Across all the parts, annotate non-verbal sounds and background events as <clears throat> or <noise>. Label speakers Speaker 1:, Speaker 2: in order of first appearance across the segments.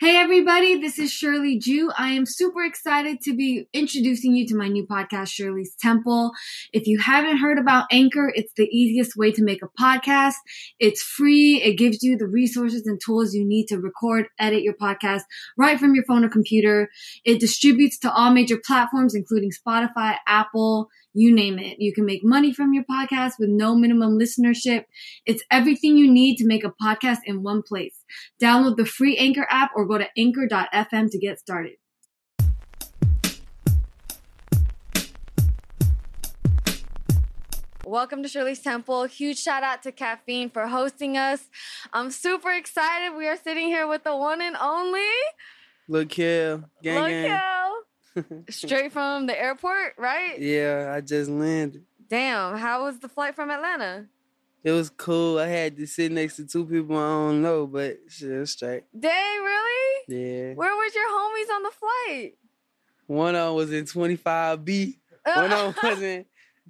Speaker 1: Hey, everybody, this is Shirley Jew. I am super excited to be introducing you to my new podcast, Shirley's Temple. If you haven't heard about Anchor, it's the easiest way to make a podcast. It's free, it gives you the resources and tools you need to record, edit your podcast right from your phone or computer. It distributes to all major platforms, including Spotify, Apple, you name it. You can make money from your podcast with no minimum listenership. It's everything you need to make a podcast in one place. Download the free Anchor app or go to anchor.fm to get started. Welcome to Shirley's Temple. Huge shout out to Caffeine for hosting us. I'm super excited. We are sitting here with the one and only
Speaker 2: Look here, gang,
Speaker 1: Look
Speaker 2: gang.
Speaker 1: Hill, straight from the airport, right?
Speaker 2: <laughs> Yeah, I just landed.
Speaker 1: Damn, how was the flight from Atlanta?
Speaker 2: It was cool. I had to sit next to two people I don't know, but shit, it's straight.
Speaker 1: Dang, really?
Speaker 2: Yeah.
Speaker 1: Where was your homies on the flight?
Speaker 2: One of 'em was
Speaker 1: <laughs>
Speaker 2: in 25B. One of 'em was in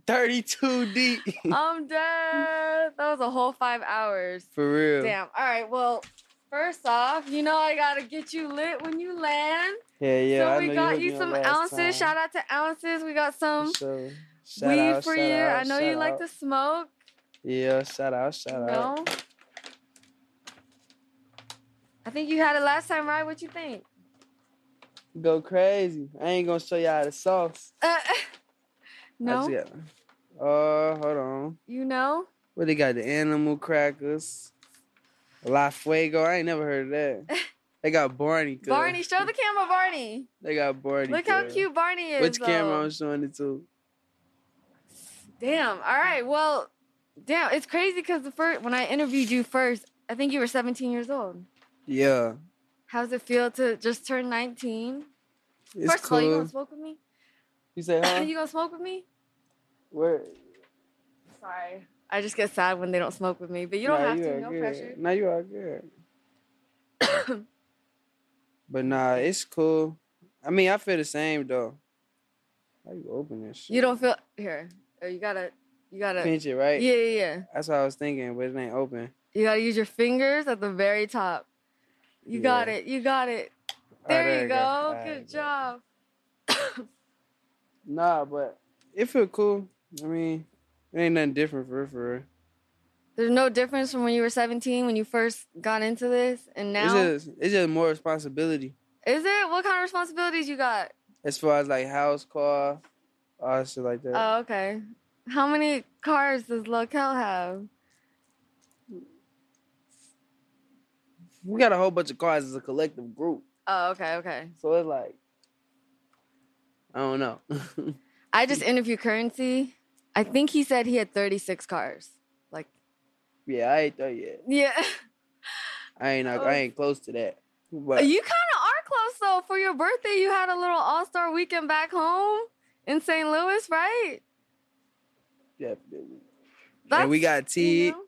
Speaker 2: 32D.
Speaker 1: I'm dead. That was a whole five hours.
Speaker 2: <laughs> For real.
Speaker 1: Damn. All right. Well, first off, you know I gotta get you lit when you land.
Speaker 2: Yeah, yeah. I
Speaker 1: so
Speaker 2: know
Speaker 1: we got
Speaker 2: hit
Speaker 1: you,
Speaker 2: me up
Speaker 1: some
Speaker 2: last
Speaker 1: ounces.
Speaker 2: time.
Speaker 1: Shout out to ounces. We got
Speaker 2: For
Speaker 1: some
Speaker 2: sure. Shout
Speaker 1: weed
Speaker 2: out,
Speaker 1: for
Speaker 2: shout
Speaker 1: you. I
Speaker 2: out,
Speaker 1: know you
Speaker 2: shout
Speaker 1: like
Speaker 2: out.
Speaker 1: to smoke.
Speaker 2: Yeah, shout out, shout out.
Speaker 1: No. I think you had it last time, right? What you think? <laughs>
Speaker 2: Go crazy. I ain't gonna show y'all the sauce.
Speaker 1: Uh,
Speaker 2: I
Speaker 1: no.
Speaker 2: just got- Uh, hold on.
Speaker 1: You know.
Speaker 2: What they got? The animal crackers. La Fuego. I ain't never heard
Speaker 1: <laughs>
Speaker 2: of that. They got Barney. cuz.
Speaker 1: Barney, show the camera, Barney.
Speaker 2: They got Barney.
Speaker 1: Look how
Speaker 2: cuz.
Speaker 1: cute Barney is.
Speaker 2: Which camera
Speaker 1: though.
Speaker 2: I'm showing it to?
Speaker 1: Damn. All right. Well, damn. It's crazy because the first when I interviewed you first, I think you were 17 years old.
Speaker 2: Yeah.
Speaker 1: How's it feel to just turn 19?
Speaker 2: It's
Speaker 1: first
Speaker 2: cool.
Speaker 1: of all, you gonna smoke with me?
Speaker 2: <laughs> You say,
Speaker 1: <laughs>
Speaker 2: huh?
Speaker 1: you gonna smoke with me?
Speaker 2: Where?
Speaker 1: Sorry. I just get sad when they don't smoke with me, but you don't
Speaker 2: Nah,
Speaker 1: have
Speaker 2: you
Speaker 1: to.
Speaker 2: all
Speaker 1: No
Speaker 2: good.
Speaker 1: pressure.
Speaker 2: Nah, you all
Speaker 1: <coughs>
Speaker 2: good. but nah, it's cool. I mean, I feel the same though. How you open this? Shit?
Speaker 1: You don't feel here. Oh, You gotta. You gotta.
Speaker 2: pinch it,
Speaker 1: Yeah,
Speaker 2: right?
Speaker 1: yeah, yeah.
Speaker 2: That's what I was thinking, but it ain't open.
Speaker 1: You gotta use your fingers at the very top. You got
Speaker 2: Yeah.
Speaker 1: it. You got it.
Speaker 2: Oh,
Speaker 1: There, you
Speaker 2: it
Speaker 1: go.
Speaker 2: All right,
Speaker 1: Good
Speaker 2: bet.
Speaker 1: job.
Speaker 2: Nah, but it feel cool. I mean, it ain't nothing different for real, for real.
Speaker 1: There's no difference from when you were 17 when you first got into this and now.
Speaker 2: It's just it's just more responsibility
Speaker 1: Is it? What kind of responsibilities you got?
Speaker 2: as far as like house, car, all that shit like that.
Speaker 1: Oh, okay. How many cars does Local have?
Speaker 2: we got a whole bunch of cars as a collective group,
Speaker 1: Oh, okay, okay.
Speaker 2: so it's like I don't know. <laughs>
Speaker 1: I just interviewed Currency. I think he said he had 36 cars. Like,
Speaker 2: yeah, I ain't there yet.
Speaker 1: yeah. <laughs>
Speaker 2: I ain't not,
Speaker 1: Oh.
Speaker 2: I ain't close to that. But
Speaker 1: You kind of are close though. For your birthday, you had a little all star weekend back home in St. Louis, right?
Speaker 2: definitely, and we got
Speaker 1: <laughs> you
Speaker 2: T. E.
Speaker 1: know?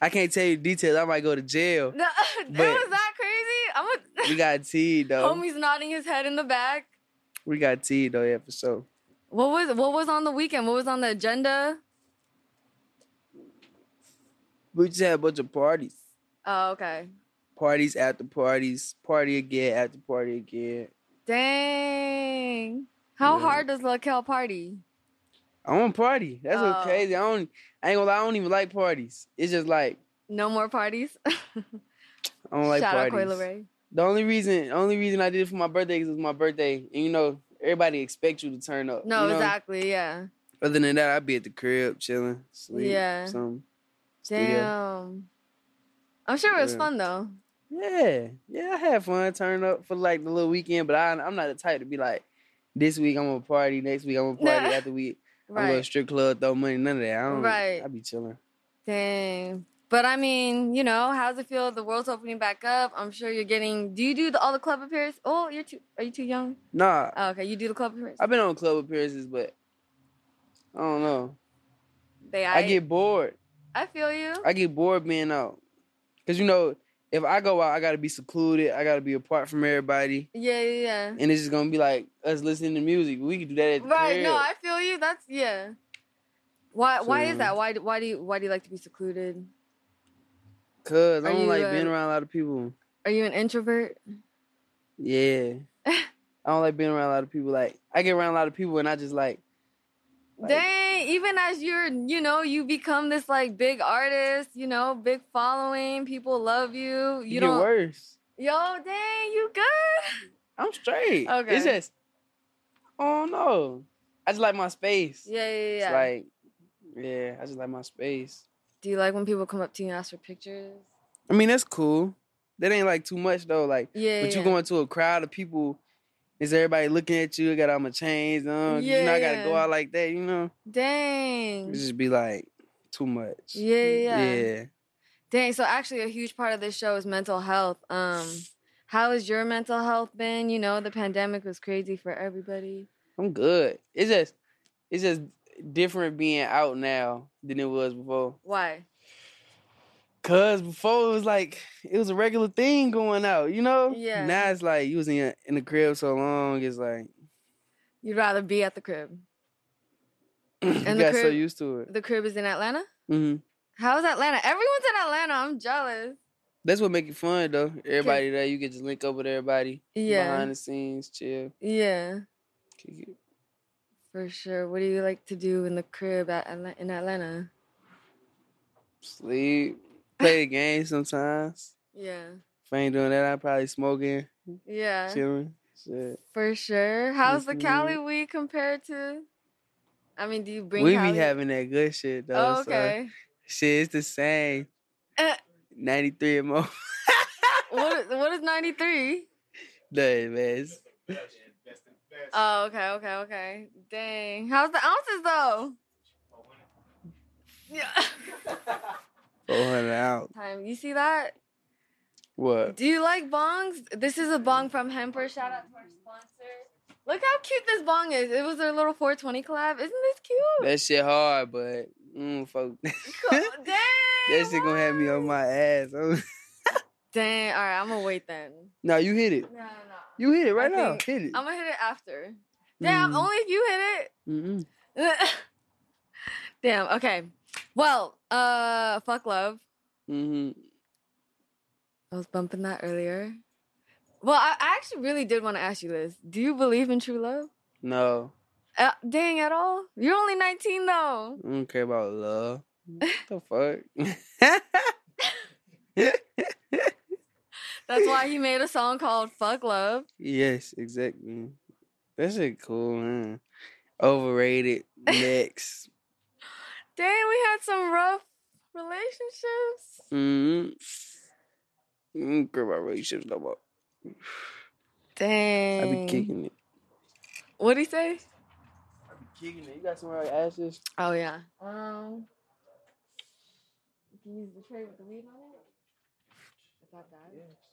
Speaker 2: I can't tell you details. I might go
Speaker 1: <laughs>
Speaker 2: to jail.
Speaker 1: No, it
Speaker 2: But-
Speaker 1: was that crazy? I'm a. <laughs>
Speaker 2: We got T E, though.
Speaker 1: Homie's nodding his head in the back.
Speaker 2: We got T E, though, yeah, for sure.
Speaker 1: What was what was on the weekend? What was on the agenda?
Speaker 2: We just had a bunch of parties.
Speaker 1: Oh, okay.
Speaker 2: Parties after parties, party again after party again.
Speaker 1: Dang. How
Speaker 2: Yeah.
Speaker 1: hard does Laquel party?
Speaker 2: I want party. That's
Speaker 1: Oh.
Speaker 2: what's crazy. I don't. I ain't gonna lie. I don't even like parties. It's just like
Speaker 1: No more parties.
Speaker 2: I don't
Speaker 1: <laughs>
Speaker 2: like
Speaker 1: Shout out Coil
Speaker 2: parties.
Speaker 1: Ray.
Speaker 2: the only reason, only reason I did it for my birthday is it was my birthday, and you know everybody expects you to turn up.
Speaker 1: No,
Speaker 2: you know?
Speaker 1: exactly. Yeah.
Speaker 2: Other than that, I'd be at the crib chilling, sleep,
Speaker 1: Yeah.
Speaker 2: yeah, something.
Speaker 1: Damn.
Speaker 2: Studio.
Speaker 1: I'm sure it was
Speaker 2: Yeah.
Speaker 1: fun though.
Speaker 2: Yeah, yeah. I had fun, turn up for like the little weekend, but I, I'm not the type to be like, this week I'm gonna party, next week I'm gonna
Speaker 1: Nah.
Speaker 2: party,
Speaker 1: <laughs>
Speaker 2: after week I'm gonna
Speaker 1: Right.
Speaker 2: strip club, throw money, none of that. I don't.
Speaker 1: Right.
Speaker 2: I be chilling.
Speaker 1: Dang. But I mean, you know, how's it feel? The world's opening back up. I'm sure you're getting. Do you do the, all the club appearances? Oh, you're too. Are you too young?
Speaker 2: Nah,
Speaker 1: Oh, okay, you do the club appearances.
Speaker 2: I've been on club appearances, but I don't know.
Speaker 1: They,
Speaker 2: I get bored.
Speaker 1: I feel you.
Speaker 2: I get bored being out. Cause you know, if I go out, I gotta be secluded. I gotta be apart from everybody.
Speaker 1: yeah, yeah, yeah.
Speaker 2: And it's just gonna be like us listening to music. We could do that at the
Speaker 1: Right. No,
Speaker 2: crib.
Speaker 1: I feel you. That's yeah. Why? why is
Speaker 2: So-
Speaker 1: that? Why? do- Why do you? Why do you like to be secluded?
Speaker 2: Cause I
Speaker 1: Are
Speaker 2: don't
Speaker 1: you,
Speaker 2: like
Speaker 1: uh,
Speaker 2: being around a lot of people.
Speaker 1: Are you an introvert? <laughs>
Speaker 2: Yeah. I don't like being around a lot of people. Like I get around a lot of people and I just like Like-
Speaker 1: Dang, even as you're, you know, you become this like big artist, you know, big following, people love you.
Speaker 2: it
Speaker 1: You
Speaker 2: get
Speaker 1: don't
Speaker 2: worse.
Speaker 1: Yo, dang, you good?
Speaker 2: I'm straight. Okay.
Speaker 1: Okay.
Speaker 2: It's just I don't know. I just like my space.
Speaker 1: Yeah, yeah,
Speaker 2: It's
Speaker 1: yeah.
Speaker 2: like yeah, I just like my space.
Speaker 1: Do you like when people come up to you and ask for pictures?
Speaker 2: I mean that's cool. That ain't like too much though. Like
Speaker 1: Yeah.
Speaker 2: But
Speaker 1: yeah.
Speaker 2: you going to a crowd of people, is everybody looking at you? Got all my chains on. You know, I gotta go
Speaker 1: Yeah.
Speaker 2: out like that, you know? It
Speaker 1: Dang.
Speaker 2: just be like too much.
Speaker 1: Yeah, yeah, yeah.
Speaker 2: Yeah.
Speaker 1: Dang, so actually a huge part of this show is mental health. Um how has your mental health been? You know, the pandemic was crazy for everybody.
Speaker 2: I'm good. It's just it's just different being out now than it was before.
Speaker 1: Why?
Speaker 2: Cause before it was like it was a regular thing going out, you know?
Speaker 1: Yeah.
Speaker 2: Now it's like you was in in the crib so long, it's like <clears throat>
Speaker 1: You'd rather be at the crib.
Speaker 2: you
Speaker 1: And the
Speaker 2: got so
Speaker 1: crib-
Speaker 2: used to it.
Speaker 1: The crib is in Atlanta?
Speaker 2: hmm
Speaker 1: How's Atlanta? Everyone's in Atlanta. I'm jealous.
Speaker 2: That's what make it fun though. Everybody there, you get to link up with everybody.
Speaker 1: Yeah.
Speaker 2: Behind the scenes, chill,
Speaker 1: Yeah.
Speaker 2: kick it.
Speaker 1: For sure. What do you like to do in the crib at Atla- in Atlanta?
Speaker 2: Sleep. Play the game sometimes.
Speaker 1: Yeah.
Speaker 2: If I ain't doing that, I probably smoking,
Speaker 1: Yeah.
Speaker 2: chilling. Shit.
Speaker 1: For sure. How's the
Speaker 2: Mhm.
Speaker 1: Cali weed compared to? I mean, do you bring
Speaker 2: we
Speaker 1: Cali?
Speaker 2: be having that good shit though.
Speaker 1: oh, okay.
Speaker 2: So shit, it's the same.
Speaker 1: Eh.
Speaker 2: Ninety three and more. <laughs>
Speaker 1: what is- what is 93?
Speaker 2: Nah, man. it's-
Speaker 1: Oh, okay, okay, okay. Dang. How's the ounces though? Yeah. <laughs>
Speaker 2: 400 out.
Speaker 1: Time. You see that?
Speaker 2: What?
Speaker 1: Do you like bongs? This is a bong from Hemper. Shout out to our sponsor. Look how cute this bong is. It was their little 420 collab. Isn't this cute?
Speaker 2: That shit hard, but mm, fuck. <laughs>
Speaker 1: Cool.
Speaker 2: that
Speaker 1: Dang.
Speaker 2: shit gonna have me on my ass. <laughs> I'm-
Speaker 1: Dang. All right, I'm gonna wait then.
Speaker 2: no, you hit it.
Speaker 1: No, no.
Speaker 2: You hit it right
Speaker 1: I
Speaker 2: now.
Speaker 1: think
Speaker 2: Hit it.
Speaker 1: I'm gonna hit it after. Damn,
Speaker 2: Mm,
Speaker 1: only if you hit it.
Speaker 2: mm-mm.
Speaker 1: <laughs> Damn. Okay. Well, uh, fuck love.
Speaker 2: Mhm.
Speaker 1: I was bumping that earlier. Well, I, I actually really did want to ask you this. Do you believe in true love?
Speaker 2: No.
Speaker 1: Uh, dang, at all? You're only 19 though.
Speaker 2: I don't care
Speaker 1: <laughs>
Speaker 2: about love. What the fuck?
Speaker 1: That's why he made a song called "Fuck Love."
Speaker 2: <laughs> yes, exactly. That shit cool, man. Overrated. Next.
Speaker 1: Dang, we had some rough relationships.
Speaker 2: mm Mm, girl, my relationships no more. I
Speaker 1: Dang.
Speaker 2: be kicking it.
Speaker 1: What'd he say?
Speaker 2: I be kicking it. You got somewhere I can ask this?
Speaker 1: Oh yeah. Um. Can you use the tray with the weed on it? Is that bad?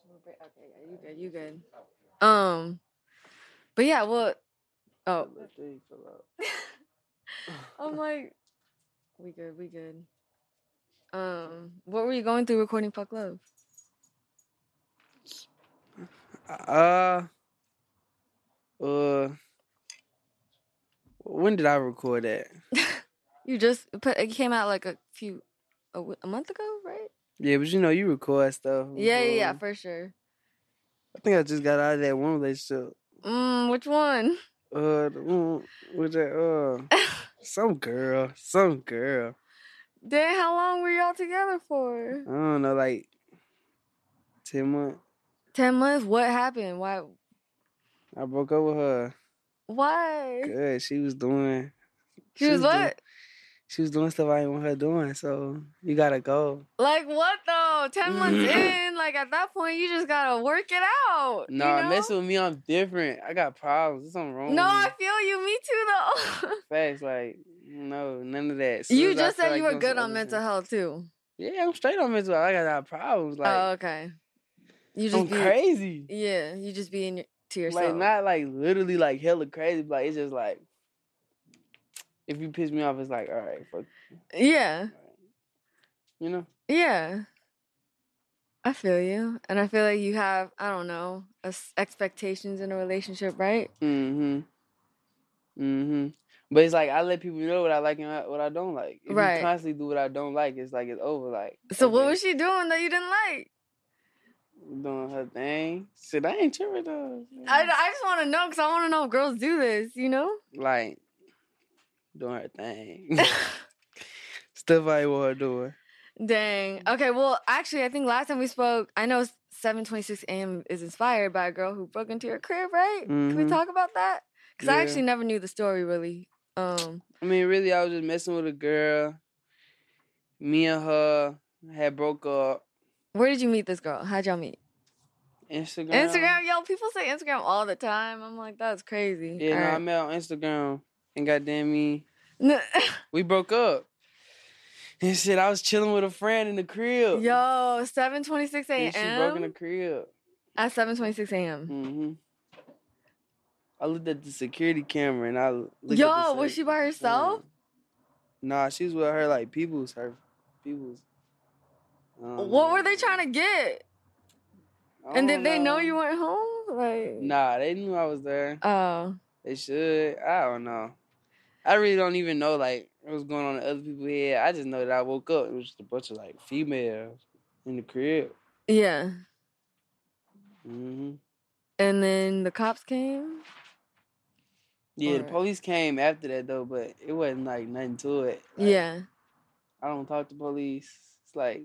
Speaker 1: Little bit- Okay, yeah, you good, you good. Um, but yeah, well, oh,
Speaker 2: Let that thing fill up.
Speaker 1: <laughs> I'm like, we good, we good. Um, what were you going through recording Fuck Love?
Speaker 2: <sighs> Uh, uh, when did I record that?
Speaker 1: You just put it came out like a few, a, w- a month ago, right?
Speaker 2: Yeah, but you know, you record stuff.
Speaker 1: Yeah, yeah, yeah,
Speaker 2: before.
Speaker 1: for sure.
Speaker 2: I think I just got out of that one relationship.
Speaker 1: Mm, which one?
Speaker 2: Uh, the one with that,
Speaker 1: <laughs>
Speaker 2: uh, some girl, some girl.
Speaker 1: Dang, how long were y'all together for?
Speaker 2: I don't know, like 10 months.
Speaker 1: Ten months. What happened? Why?
Speaker 2: I broke up with her.
Speaker 1: Why?
Speaker 2: Good. She was doing.
Speaker 1: She was
Speaker 2: doing-
Speaker 1: what?
Speaker 2: she was doing stuff I didn't want her doing. So you gotta go.
Speaker 1: Like what though? Ten
Speaker 2: <laughs>
Speaker 1: months in, like at that point, you just gotta work it out. you
Speaker 2: Nah,
Speaker 1: know?
Speaker 2: messing with me, I'm different. I got problems. There's something wrong.
Speaker 1: No,
Speaker 2: with me.
Speaker 1: I feel you. Me too, though.
Speaker 2: <laughs>
Speaker 1: <laughs>
Speaker 2: Facts, like no, none of that. Soon
Speaker 1: you
Speaker 2: as I
Speaker 1: just
Speaker 2: feel
Speaker 1: said
Speaker 2: like
Speaker 1: you were
Speaker 2: doing some
Speaker 1: good on
Speaker 2: other
Speaker 1: mental
Speaker 2: shit-
Speaker 1: health too.
Speaker 2: Yeah, I'm straight on mental. health. I got a lot of problems. Like
Speaker 1: oh, okay. You just
Speaker 2: I'm
Speaker 1: be
Speaker 2: crazy.
Speaker 1: yeah. You just be in your, to yourself.
Speaker 2: Like not like literally like hella crazy, but like, it's just like if you piss me off, it's like all right, fuck,
Speaker 1: yeah,
Speaker 2: you know.
Speaker 1: yeah. I feel you, and I feel like you have I don't know as- expectations in a relationship, right?
Speaker 2: Mm hmm. Mm hmm. But it's like I let people know what I like and I- what I don't like. If
Speaker 1: Right.
Speaker 2: you constantly do what I don't like, it's like it's over. Like
Speaker 1: So what
Speaker 2: okay,
Speaker 1: was she doing that you didn't like?
Speaker 2: doing her thing? Shit, I ain't tripping though.
Speaker 1: I, I just want to know because I want to know if girls do this, you know?
Speaker 2: like doing her
Speaker 1: <laughs>
Speaker 2: thing. <laughs> Stuff I want her doing.
Speaker 1: <laughs> Dang. Okay. Well, actually, I think last time we spoke, I know 7:26 a.m. is inspired by a girl who broke into your crib, right? Can we
Speaker 2: Mhm.
Speaker 1: talk about that? Because I
Speaker 2: Yeah.
Speaker 1: actually never knew the story really. Um.
Speaker 2: I mean, really, I was just messing with a girl. Me and her had broke up.
Speaker 1: Where did you meet this girl? How'd y'all meet?
Speaker 2: Instagram.
Speaker 1: Instagram, yo. People say Instagram all the time. I'm like, that's crazy.
Speaker 2: Yeah, no, I
Speaker 1: Alright.
Speaker 2: met on Instagram. And goddamn me,
Speaker 1: N-
Speaker 2: we broke up. And shit, I was chilling with a friend in the
Speaker 1: <laughs>
Speaker 2: crib.
Speaker 1: yo, 7:26
Speaker 2: And she broke in the
Speaker 1: a.m.
Speaker 2: crib.
Speaker 1: At 7:26 a.m.
Speaker 2: hmm I looked at the security camera and I l- looked at the
Speaker 1: Yo, was
Speaker 2: sec-
Speaker 1: she by herself?
Speaker 2: camera. Nah, she was with her like people's her people's. Mm. um,
Speaker 1: What were they trying to get? And did they know you weren't home? Like,
Speaker 2: Nah, they knew I was there.
Speaker 1: Oh.
Speaker 2: They should. I don't know. I really don't even know like what was going on in other people's head. I just know that I woke up. It was just a bunch of like females in the crib.
Speaker 1: Yeah.
Speaker 2: hmm
Speaker 1: And then the cops came.
Speaker 2: Yeah, the
Speaker 1: Alright.
Speaker 2: police came after that though, but it wasn't like nothing to it. Like,
Speaker 1: yeah.
Speaker 2: I don't talk to police. It's like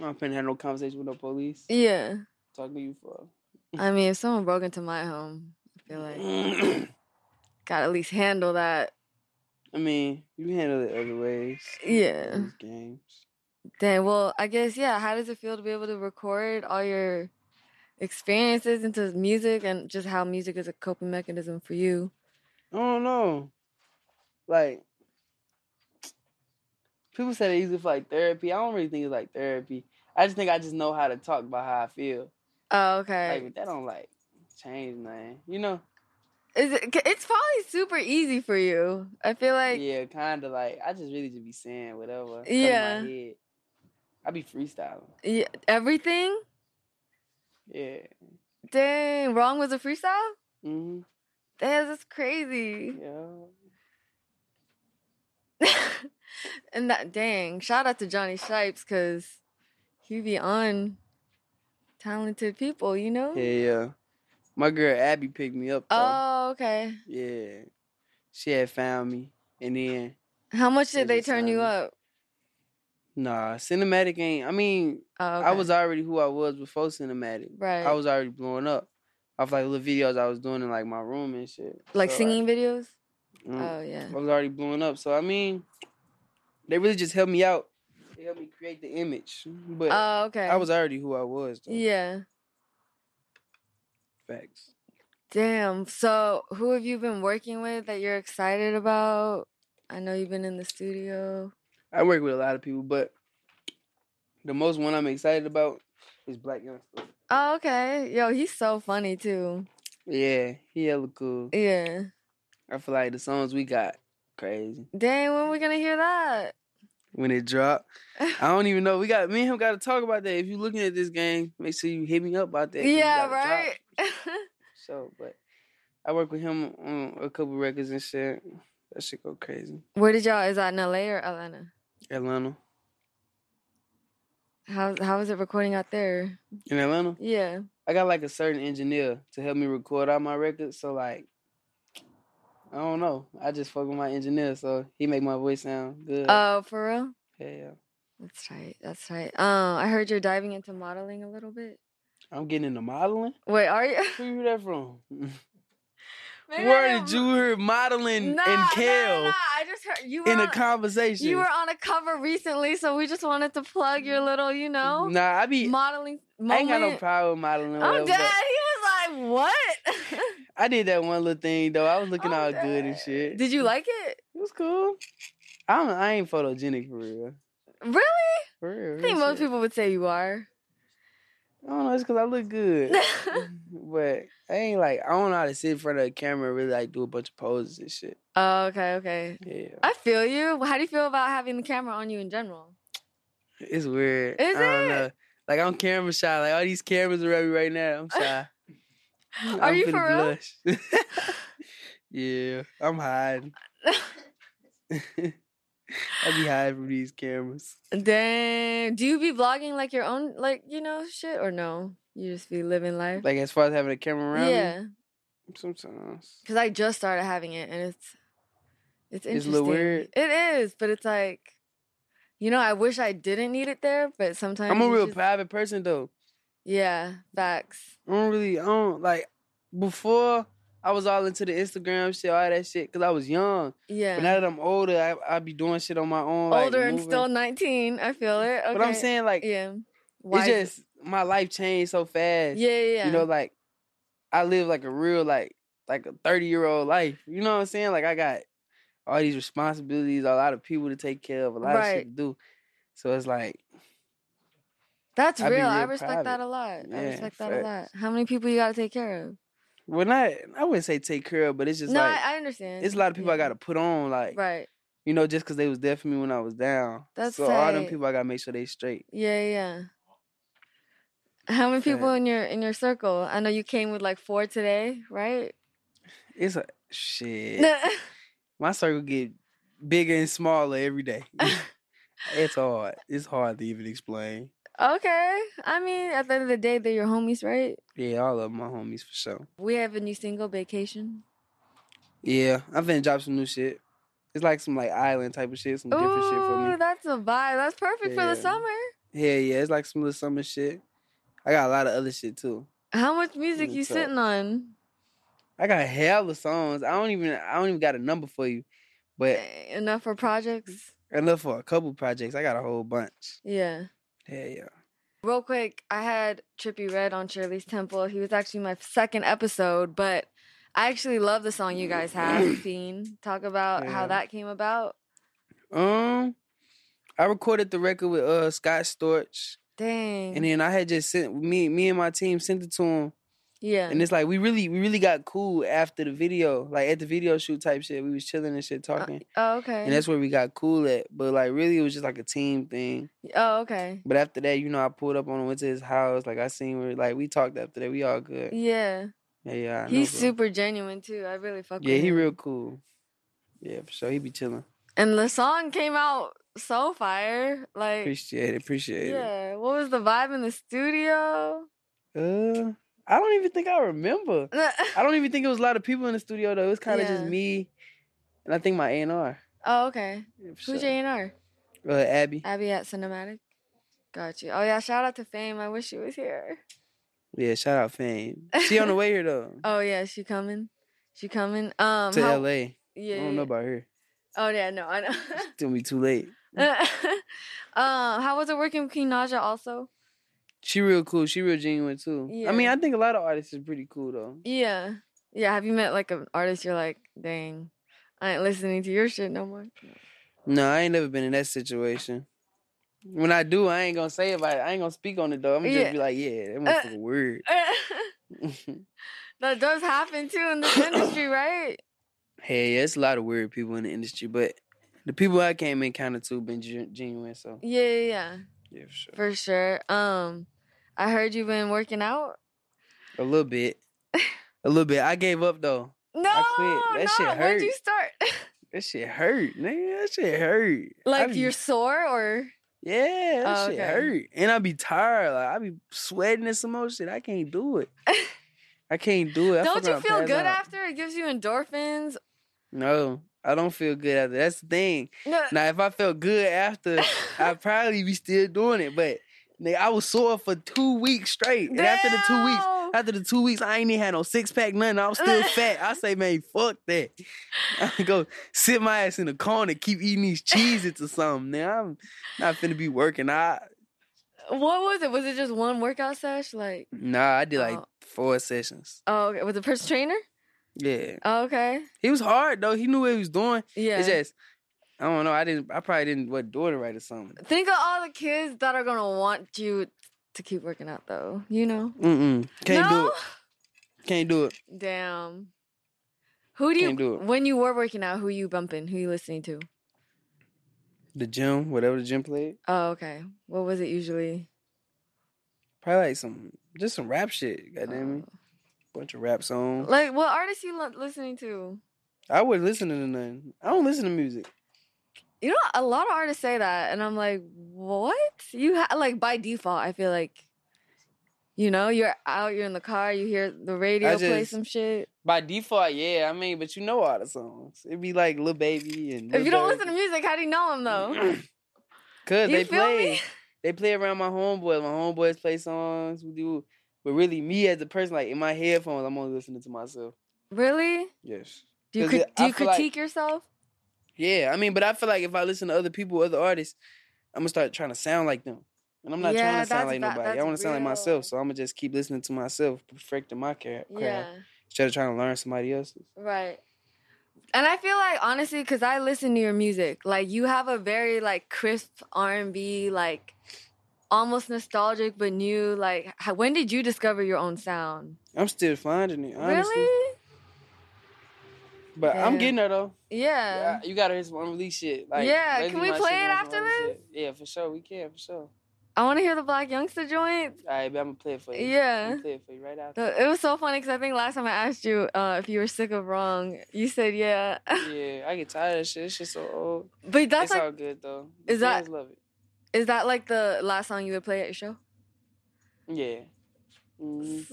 Speaker 2: I'm finna have no conversation with no police.
Speaker 1: Yeah.
Speaker 2: Talking to you for.
Speaker 1: I mean, if someone broke into my home, I feel
Speaker 2: Mm-hmm.
Speaker 1: like gotta at least handle that.
Speaker 2: <clears throat> I mean, you handle it other ways.
Speaker 1: Yeah.
Speaker 2: These games.
Speaker 1: Then, well, I guess, yeah, how does it feel to be able to record all your experiences into music and just how music is a coping mechanism for you?
Speaker 2: I don't know. Like people say they use it for like therapy. I don't really think it's like therapy. I just think I just know how to talk about how I feel.
Speaker 1: Oh,
Speaker 2: Like
Speaker 1: okay.
Speaker 2: but that don't like change nothing. You know?
Speaker 1: Is it, c- it's probably super easy for you. I feel like,
Speaker 2: yeah, kinda like I just really just be saying whatever.
Speaker 1: Yeah.
Speaker 2: In my head. I be freestyling.
Speaker 1: yeah, everything.
Speaker 2: Yeah.
Speaker 1: Dang, wrong was a freestyle?
Speaker 2: hmm
Speaker 1: Damn, that's crazy.
Speaker 2: Yeah.
Speaker 1: <laughs> and that dang shout out to johnny shipes because he be on talented people you know
Speaker 2: Yeah, yeah. My girl Abby picked me up though.
Speaker 1: oh okay
Speaker 2: yeah. She had found me. And then
Speaker 1: how much
Speaker 2: Yeah,
Speaker 1: did they
Speaker 2: they
Speaker 1: turn
Speaker 2: signed
Speaker 1: you
Speaker 2: me.
Speaker 1: up
Speaker 2: nah, cinematic ain't I mean,
Speaker 1: oh
Speaker 2: I
Speaker 1: okay.
Speaker 2: was already who I was before cinematic.
Speaker 1: right
Speaker 2: I was already blowing up. Off like little videos I was doing in like my room and shit.
Speaker 1: like
Speaker 2: So,
Speaker 1: singing videos
Speaker 2: mm,
Speaker 1: oh yeah
Speaker 2: I was already blowing up. So I mean, they really just helped me out. They helped me create the image. But
Speaker 1: oh okay
Speaker 2: I was already who I was though.
Speaker 1: yeah
Speaker 2: Facts.
Speaker 1: damn so who have you been working with that you're excited about i know you've been in the studio
Speaker 2: I work with a lot of people, but the most one I'm excited about is Black Youngster.
Speaker 1: oh okay yo he's so funny too
Speaker 2: Yeah, he hella cool.
Speaker 1: yeah
Speaker 2: I feel like the songs we got crazy.
Speaker 1: dang when we gonna hear that
Speaker 2: When it drop, I don't even know. We got me and him got to talk about that. If you looking at this game, make sure you hit me up about that. 'cause we
Speaker 1: yeah
Speaker 2: gotta drop.
Speaker 1: right <laughs>
Speaker 2: So, but I work with him on a couple records and shit. That shit go crazy.
Speaker 1: Where did y'all? Is that in LA or Atlanta?
Speaker 2: Atlanta,
Speaker 1: How how is it recording out there?
Speaker 2: in Atlanta,
Speaker 1: Yeah.
Speaker 2: I got like a certain engineer to help me record all my records. So like, I don't know. I just fuck with my engineer, so he make my voice sound good.
Speaker 1: Oh, for real?
Speaker 2: yeah, yeah.
Speaker 1: That's tight. That's tight. Um, I heard you're diving into modeling a little bit.
Speaker 2: I'm getting into modeling.
Speaker 1: Wait, are you? <laughs>
Speaker 2: Who you hear that from? <laughs>
Speaker 1: Maybe I
Speaker 2: Where
Speaker 1: didn't
Speaker 2: did
Speaker 1: mo-
Speaker 2: you hear modeling
Speaker 1: Nah,
Speaker 2: and
Speaker 1: Nah,
Speaker 2: Kale
Speaker 1: nah, I just heard you were
Speaker 2: in a
Speaker 1: on,
Speaker 2: conversation?
Speaker 1: you were on a cover recently, so we just wanted to plug your little, you know,
Speaker 2: Nah, I be.
Speaker 1: modeling
Speaker 2: I ain't got no
Speaker 1: moment.
Speaker 2: problem with modeling. or
Speaker 1: I'm
Speaker 2: whatever, but
Speaker 1: dead. He was like, "What?" <laughs>
Speaker 2: I did that one little thing though. I was looking
Speaker 1: I'm
Speaker 2: all good and
Speaker 1: dead.
Speaker 2: shit.
Speaker 1: Did you like it?
Speaker 2: It was cool. I don't, I ain't photogenic for real.
Speaker 1: Really?
Speaker 2: For real.
Speaker 1: I
Speaker 2: real
Speaker 1: think most
Speaker 2: shit.
Speaker 1: people would say you are. <laughs>
Speaker 2: I don't know. It's because I look good. but I ain't like, I don't know how to sit in front of a camera and really like do a bunch of poses and shit.
Speaker 1: Oh, okay, okay.
Speaker 2: Yeah.
Speaker 1: I feel you. How do you feel about having the camera on you in general?
Speaker 2: It's weird.
Speaker 1: Is
Speaker 2: I don't
Speaker 1: it?
Speaker 2: know. Like, I'm camera shy. Like, all these cameras around me right now. I'm shy.
Speaker 1: <laughs> Are
Speaker 2: I'm
Speaker 1: you
Speaker 2: finna
Speaker 1: for real?
Speaker 2: blush. <laughs> yeah. I'm hiding. I be hiding from these cameras.
Speaker 1: Damn. Do you be vlogging like your own, like, you know, shit or no? You just be living life?
Speaker 2: Like, as far as having a camera around me,
Speaker 1: yeah.
Speaker 2: sometimes.
Speaker 1: Because I just started having it and it's, it's
Speaker 2: It's a
Speaker 1: interesting.
Speaker 2: little weird.
Speaker 1: It is, but it's like, you know, I wish I didn't need it there, but sometimes.
Speaker 2: I'm a
Speaker 1: you
Speaker 2: real
Speaker 1: just-
Speaker 2: private person, though.
Speaker 1: Yeah, facts.
Speaker 2: I don't really, I don't like before I was all into the Instagram shit, all that shit, because I was young.
Speaker 1: Yeah.
Speaker 2: But now that I'm older, I, I be doing shit on my own. like,
Speaker 1: Older and still
Speaker 2: moving.
Speaker 1: 19. I feel it. Okay.
Speaker 2: But I'm saying, like,
Speaker 1: yeah.
Speaker 2: it's
Speaker 1: Why?
Speaker 2: just my life changed so fast.
Speaker 1: yeah, yeah, yeah.
Speaker 2: You know, like, I live like a real, like, like a 30 year old life. You know what I'm saying? Like, I got all these responsibilities, a lot of people to take care of, a lot of
Speaker 1: Right.
Speaker 2: shit to do. So it's like,
Speaker 1: That's
Speaker 2: I be
Speaker 1: real. I
Speaker 2: real
Speaker 1: respect that
Speaker 2: private.
Speaker 1: a lot. I
Speaker 2: Yeah,
Speaker 1: respect that a lot. How many people you gotta take care of?
Speaker 2: well, not, I wouldn't say take care of, but it's just
Speaker 1: no,
Speaker 2: like,
Speaker 1: I, I understand.
Speaker 2: it's a lot of people I
Speaker 1: Yeah.
Speaker 2: got to put on, like,
Speaker 1: Right.
Speaker 2: you know, just because they was there for me when I was down.
Speaker 1: That's
Speaker 2: so all them
Speaker 1: tight.
Speaker 2: people I gotta make sure they straight.
Speaker 1: Yeah, yeah. How many people
Speaker 2: Fact.
Speaker 1: in your in your circle? I know you came with like four today, right?
Speaker 2: It's a shit. My circle get bigger and smaller
Speaker 1: <laughs>
Speaker 2: every day. <laughs> it's hard. It's hard to even explain.
Speaker 1: <laughs> okay. I mean, at the end of the day, they're your homies, right?
Speaker 2: Yeah, all of my homies for sure.
Speaker 1: We have a new single, Vacation.
Speaker 2: Yeah, I'm finna drop some new shit. It's like some like island type of shit, some different shit for
Speaker 1: Ooh,
Speaker 2: me.
Speaker 1: that's a vibe. That's perfect for
Speaker 2: Yeah.
Speaker 1: the summer.
Speaker 2: Yeah, yeah, it's like some little summer shit. I got a lot of other shit too.
Speaker 1: How much music
Speaker 2: Mm,
Speaker 1: you
Speaker 2: so-
Speaker 1: sitting on?
Speaker 2: I got hella songs. I don't even I don't even got a number for you, but
Speaker 1: Eh, Enough for projects?
Speaker 2: enough for a couple projects. I got a whole bunch.
Speaker 1: Yeah.
Speaker 2: Yeah, yeah.
Speaker 1: Real quick, I had Trippy Red on Shirley's Temple. He was actually my second episode, but I actually love the song you guys
Speaker 2: <clears throat>
Speaker 1: have, Fiend. Talk about
Speaker 2: Yeah.
Speaker 1: how that came about.
Speaker 2: Um, I recorded the record with uh Scott Storch,
Speaker 1: Dang.
Speaker 2: and then I had just sent me me and my team sent it to him,
Speaker 1: yeah.
Speaker 2: and it's like we really we really got cool after the video, like at the video shoot type shit. We was chilling and shit
Speaker 1: Uh,
Speaker 2: talking,
Speaker 1: oh, okay.
Speaker 2: and that's where we got cool at. But like really, it was just like a team thing.
Speaker 1: oh, okay.
Speaker 2: But after that, you know, I pulled up on him, went to his house. Like I seen where like we talked after that. We all good.
Speaker 1: Yeah.
Speaker 2: Yeah, yeah. I know,
Speaker 1: He's
Speaker 2: bro.
Speaker 1: super genuine too. I really fuck
Speaker 2: Yeah,
Speaker 1: with
Speaker 2: he
Speaker 1: him.
Speaker 2: real cool. Yeah, for sure. He be chilling.
Speaker 1: And the song came out so fire. Like
Speaker 2: Appreciate it. Appreciate it.
Speaker 1: Yeah. What was the vibe in the studio? <laughs>
Speaker 2: Uh, I don't even think I remember. I don't even think it was a lot of people in the studio though. It was kind of just
Speaker 1: Yeah.
Speaker 2: me, and I think my A and R.
Speaker 1: oh, okay.
Speaker 2: Yeah, for
Speaker 1: Who's
Speaker 2: sure.
Speaker 1: your A&R?
Speaker 2: Uh, Abby.
Speaker 1: Abby at Cinematic. Got you. Oh yeah, shout out to Fame. I wish she was here.
Speaker 2: Yeah, shout out Fame.
Speaker 1: <laughs>
Speaker 2: She on the way here though
Speaker 1: Oh yeah, she coming. She coming. Um
Speaker 2: to
Speaker 1: how-
Speaker 2: L A.
Speaker 1: Yeah. yeah,
Speaker 2: I don't
Speaker 1: yeah.
Speaker 2: know about her.
Speaker 1: Oh yeah, no,
Speaker 2: <laughs>
Speaker 1: I know.
Speaker 2: It's gonna be too late.
Speaker 1: <laughs> um, how was it working with Queen Naja also?
Speaker 2: She real cool. She real genuine too. I mean,
Speaker 1: Yeah.
Speaker 2: I think a lot of artists is pretty cool though.
Speaker 1: Yeah. Yeah. Have you met like an artist you're like, dang, I ain't listening to your shit no more? <laughs>
Speaker 2: No, I ain't never been in that situation. When I do, I ain't gonna say about it. I ain't gonna speak on it though. I'm gonna
Speaker 1: Yeah. Uh,
Speaker 2: just be like, yeah, that motherfucker weird.
Speaker 1: Mm-hmm. that does happen too in this
Speaker 2: <coughs>
Speaker 1: industry, right?
Speaker 2: Hey, yeah, it's a lot of weird people in the industry, but the people I came in kind of too been gen- genuine. So
Speaker 1: Yeah, yeah, yeah.
Speaker 2: yeah, for sure.
Speaker 1: For sure. Um, I heard you've been working out.
Speaker 2: A
Speaker 1: <laughs>
Speaker 2: little bit, a little bit. I gave up though.
Speaker 1: No,
Speaker 2: quit. That shit
Speaker 1: no. When'd you
Speaker 2: hurt.
Speaker 1: start?
Speaker 2: That shit hurt, nigga. That shit hurt. I
Speaker 1: like
Speaker 2: be-
Speaker 1: you're sore or
Speaker 2: yeah, that
Speaker 1: Oh,
Speaker 2: shit
Speaker 1: okay.
Speaker 2: hurt, and I be tired. Like I be sweating and some more shit. I can't
Speaker 1: <laughs>
Speaker 2: do it. I can't do it. I
Speaker 1: don't
Speaker 2: fucking
Speaker 1: you
Speaker 2: I'll
Speaker 1: feel
Speaker 2: pass
Speaker 1: good
Speaker 2: out.
Speaker 1: after? It gives you endorphins.
Speaker 2: No, I don't feel good after. That's the thing.
Speaker 1: No.
Speaker 2: Now, if I felt good <laughs>
Speaker 1: <laughs>
Speaker 2: after, I'd probably be still doing it. But nigga, I was sore for two weeks straight, and after the two weeks.
Speaker 1: Damn.
Speaker 2: After the two weeks, I ain't even had no six pack, nothing. I was
Speaker 1: <laughs>
Speaker 2: still fat. I say, man, fuck that. <laughs> I go sit my ass in the corner, keep eating these cheeses or something. Now I'm not finna be working. I
Speaker 1: What was it? Was it just one workout sesh? Like,
Speaker 2: nah, I did like
Speaker 1: Oh.
Speaker 2: four sessions.
Speaker 1: oh, okay. was it personal trainer?
Speaker 2: Yeah,
Speaker 1: Oh, okay.
Speaker 2: he was hard though. He knew what he was doing.
Speaker 1: Yeah.
Speaker 2: It's just I don't know. I didn't. I probably didn't what do it right or something.
Speaker 1: Think of all the kids that are gonna want you to keep working out, though. You know.
Speaker 2: Mm-mm.
Speaker 1: no?
Speaker 2: Can't do it. Can't do it.
Speaker 1: Damn. Who do you
Speaker 2: Can't do it.
Speaker 1: when you were working out? Who you bumping? Who you listening to?
Speaker 2: The gym, whatever the gym played,
Speaker 1: Oh, okay. What was it usually?
Speaker 2: probably like some just some rap shit. Goddamn it, bunch of rap
Speaker 1: Uh,
Speaker 2: songs.
Speaker 1: like what artists you li- listening to?
Speaker 2: I would listen to nothing. I don't listen to music.
Speaker 1: You know, a lot of artists say that, and I'm like, what? You ha-? like by default, I feel like, you know, you're out, you're in the car, you hear the radio play
Speaker 2: just-
Speaker 1: some shit.
Speaker 2: By default, yeah. I mean, but you know all the songs. It'd be like Lil Baby and
Speaker 1: if you don't listen to music, how do you know them
Speaker 2: <clears throat>
Speaker 1: though?
Speaker 2: Cause
Speaker 1: You
Speaker 2: they
Speaker 1: feel me?
Speaker 2: play, they play around my homeboys. My homeboys play songs. We do, but really, me as a person, like in my headphones, I'm only listening to myself.
Speaker 1: really?
Speaker 2: Yes.
Speaker 1: Do you
Speaker 2: 'Cause it-
Speaker 1: crit- do
Speaker 2: I
Speaker 1: you
Speaker 2: feel like-
Speaker 1: critique yourself?
Speaker 2: Yeah, I mean, but I feel like if I listen to other people, other artists, I'm gonna start trying to sound like them, and I'm not
Speaker 1: Yeah,
Speaker 2: trying to sound
Speaker 1: that's
Speaker 2: like
Speaker 1: ba-
Speaker 2: nobody. I
Speaker 1: that's
Speaker 2: want to sound like
Speaker 1: real.
Speaker 2: myself, so I'm gonna just keep listening to myself, perfecting my car- craft
Speaker 1: Yeah.
Speaker 2: instead of trying to learn somebody else's.
Speaker 1: Right. And I feel like honestly, because I listen to your music, like you have a very like crisp R and B, like almost nostalgic but new. Like, how, when did you discover your own sound?
Speaker 2: I'm still finding it, honestly.
Speaker 1: Really?
Speaker 2: But I'm
Speaker 1: Damn.
Speaker 2: getting there though.
Speaker 1: Yeah.
Speaker 2: Yeah, you gotta hear some unreleased shit. Like,
Speaker 1: Yeah,
Speaker 2: lately
Speaker 1: can we
Speaker 2: my
Speaker 1: play
Speaker 2: shit
Speaker 1: it
Speaker 2: on some
Speaker 1: after
Speaker 2: unreleased
Speaker 1: this?
Speaker 2: shit. Yeah, for sure. We can, for sure.
Speaker 1: I want to hear the Black Youngster joint.
Speaker 2: All right, but I'm gonna play it for you. I'm
Speaker 1: Yeah.
Speaker 2: gonna play it for you
Speaker 1: <laughs>
Speaker 2: right after.
Speaker 1: The- It was so funny because I think last time I asked you uh, if you were sick of wrong, you said yeah. <laughs>
Speaker 2: yeah, I get tired of that shit. It's just so old.
Speaker 1: but that's
Speaker 2: it's
Speaker 1: like,
Speaker 2: all good though.
Speaker 1: is that-
Speaker 2: fans love it?
Speaker 1: is that like the last song you would play at your show?
Speaker 2: Yeah. Mhm.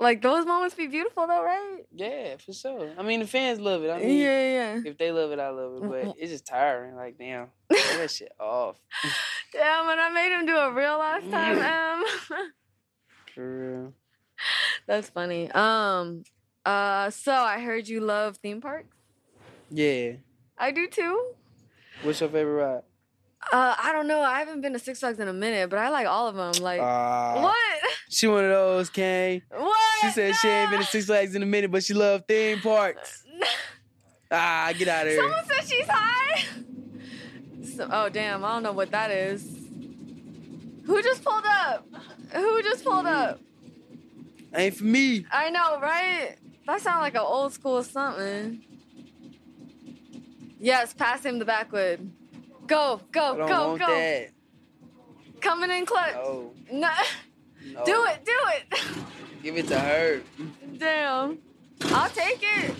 Speaker 1: Like those moments be beautiful though, right?
Speaker 2: Yeah, for sure. I mean, the fans love it. I
Speaker 1: Yeah,
Speaker 2: mean,
Speaker 1: yeah.
Speaker 2: if they love it, I love it.
Speaker 1: Mm,
Speaker 2: But it's just tiring. Like, damn, turn that shit off.
Speaker 1: Damn, and I made him do a reel last time.
Speaker 2: Mm.
Speaker 1: Um,
Speaker 2: For real.
Speaker 1: <laughs> that's funny. Um, uh, so I heard you love theme parks.
Speaker 2: Yeah.
Speaker 1: I do too.
Speaker 2: What's your favorite ride?
Speaker 1: Uh, I don't know. I haven't been to Six Flags in a minute, but I like all of them. Like
Speaker 2: Ah,
Speaker 1: what? <laughs>
Speaker 2: She one of those, Kane.
Speaker 1: What?
Speaker 2: She said she ain't been to Six Flags in a minute, but she loved theme parks.
Speaker 1: No.
Speaker 2: Ah, get out of here.
Speaker 1: Someone said she's high. So, oh damn! I don't know what that is. Who just pulled up? Who just pulled up?
Speaker 2: Ain't for me.
Speaker 1: I know, right? That sounds like an old school something. Yes, pass him the backwood. Go,
Speaker 2: I
Speaker 1: go,
Speaker 2: don't
Speaker 1: go,
Speaker 2: want
Speaker 1: go.
Speaker 2: that.
Speaker 1: Coming in clutch.
Speaker 2: No,
Speaker 1: No.
Speaker 2: no.
Speaker 1: Do it, do it. <laughs>
Speaker 2: Give it to her.
Speaker 1: Damn. I'll take it.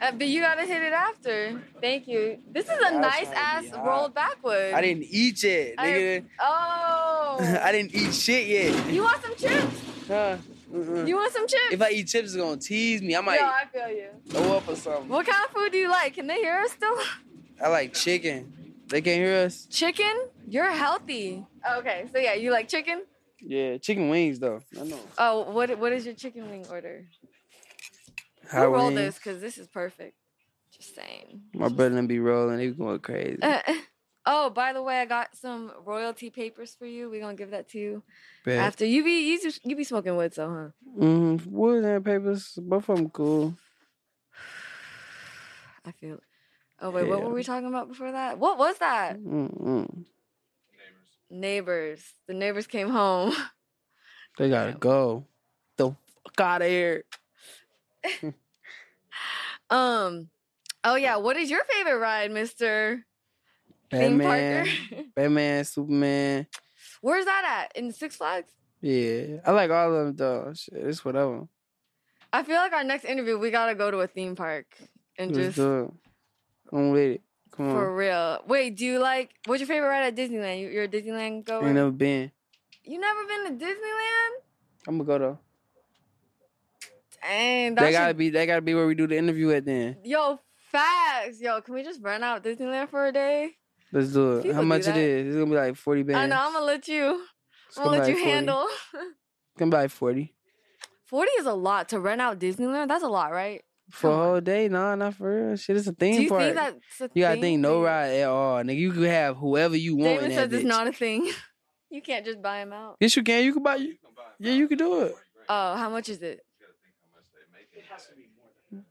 Speaker 1: Uh, but you gotta hit it after. Thank you. This is a
Speaker 2: I was
Speaker 1: nice
Speaker 2: trying
Speaker 1: ass
Speaker 2: to be hot.
Speaker 1: rolled backwood.
Speaker 2: I didn't eat yet,
Speaker 1: I-
Speaker 2: nigga.
Speaker 1: Oh.
Speaker 2: <laughs> I didn't eat shit yet.
Speaker 1: you want some chips?
Speaker 2: Huh? Mm-mm.
Speaker 1: You want some chips?
Speaker 2: If I eat chips, it's gonna tease me. I might
Speaker 1: Yo, I feel you.
Speaker 2: throw up or something.
Speaker 1: What kind of food do you like? Can they hear us still? <laughs>
Speaker 2: I like chicken. They can't hear us.
Speaker 1: Chicken? You're healthy. Okay, so yeah, you like chicken?
Speaker 2: Yeah, chicken wings though. I know.
Speaker 1: Oh, what what is your chicken wing order?
Speaker 2: Hot
Speaker 1: we roll
Speaker 2: wings.
Speaker 1: this because this is perfect. Just saying. <laughs>
Speaker 2: My brother done be rolling. He going crazy.
Speaker 1: oh, by the way, I got some royalty papers for you. We're gonna give that to you
Speaker 2: After-
Speaker 1: after you be you, just- you be smoking wood, so huh?
Speaker 2: mm, wood and papers, both of them cool.
Speaker 1: I feel. Oh wait, what were we talking about before that? What was that?
Speaker 2: Mm-mm.
Speaker 1: Neighbors. The neighbors came home. <laughs>
Speaker 2: They gotta go. The fuck out of here.
Speaker 1: Um. Oh yeah, what is your favorite ride, Mister Theme
Speaker 2: Batman,
Speaker 1: Parker? <laughs>
Speaker 2: Batman, Superman.
Speaker 1: Where's that at? In Six Flags?
Speaker 2: Yeah, I like all of them though. Shit, it's whatever.
Speaker 1: I feel like our next interview, we gotta go to a theme park and just
Speaker 2: Let's do it. I'm with it. Come on.
Speaker 1: for real. Wait, do you like what's your favorite ride at Disneyland? You, you're a Disneyland goer.
Speaker 2: Ain't never been.
Speaker 1: you never been to Disneyland?
Speaker 2: I'm gonna go though.
Speaker 1: Dang,
Speaker 2: That
Speaker 1: that
Speaker 2: gotta
Speaker 1: should,
Speaker 2: be. That gotta be where we do the interview at. Then
Speaker 1: yo facts. Yo, can we just run out Disneyland for a day?
Speaker 2: let's do it.
Speaker 1: People
Speaker 2: How
Speaker 1: do
Speaker 2: much it
Speaker 1: that.
Speaker 2: is? It's gonna be like forty bands.
Speaker 1: I know. I'm gonna let you.
Speaker 2: It's
Speaker 1: I'm gonna let
Speaker 2: be
Speaker 1: you
Speaker 2: like 40.
Speaker 1: handle. <laughs>
Speaker 2: It's gonna be like forty
Speaker 1: Forty is a lot to rent out Disneyland. That's a lot, right?
Speaker 2: for
Speaker 1: Come
Speaker 2: a
Speaker 1: on.
Speaker 2: whole day. Nah, not for real. Shit, it's a
Speaker 1: Do
Speaker 2: theme
Speaker 1: you
Speaker 2: park.
Speaker 1: think that's a
Speaker 2: you gotta
Speaker 1: thing?
Speaker 2: think no
Speaker 1: Dude,
Speaker 2: ride at all, nigga. You can have whoever you want.
Speaker 1: David
Speaker 2: in that
Speaker 1: says it's
Speaker 2: bitch.
Speaker 1: not a thing. <laughs> You can't just buy them out.
Speaker 2: Yes, you can. You can buy. Yeah, you can do it.
Speaker 1: Oh, how much is it?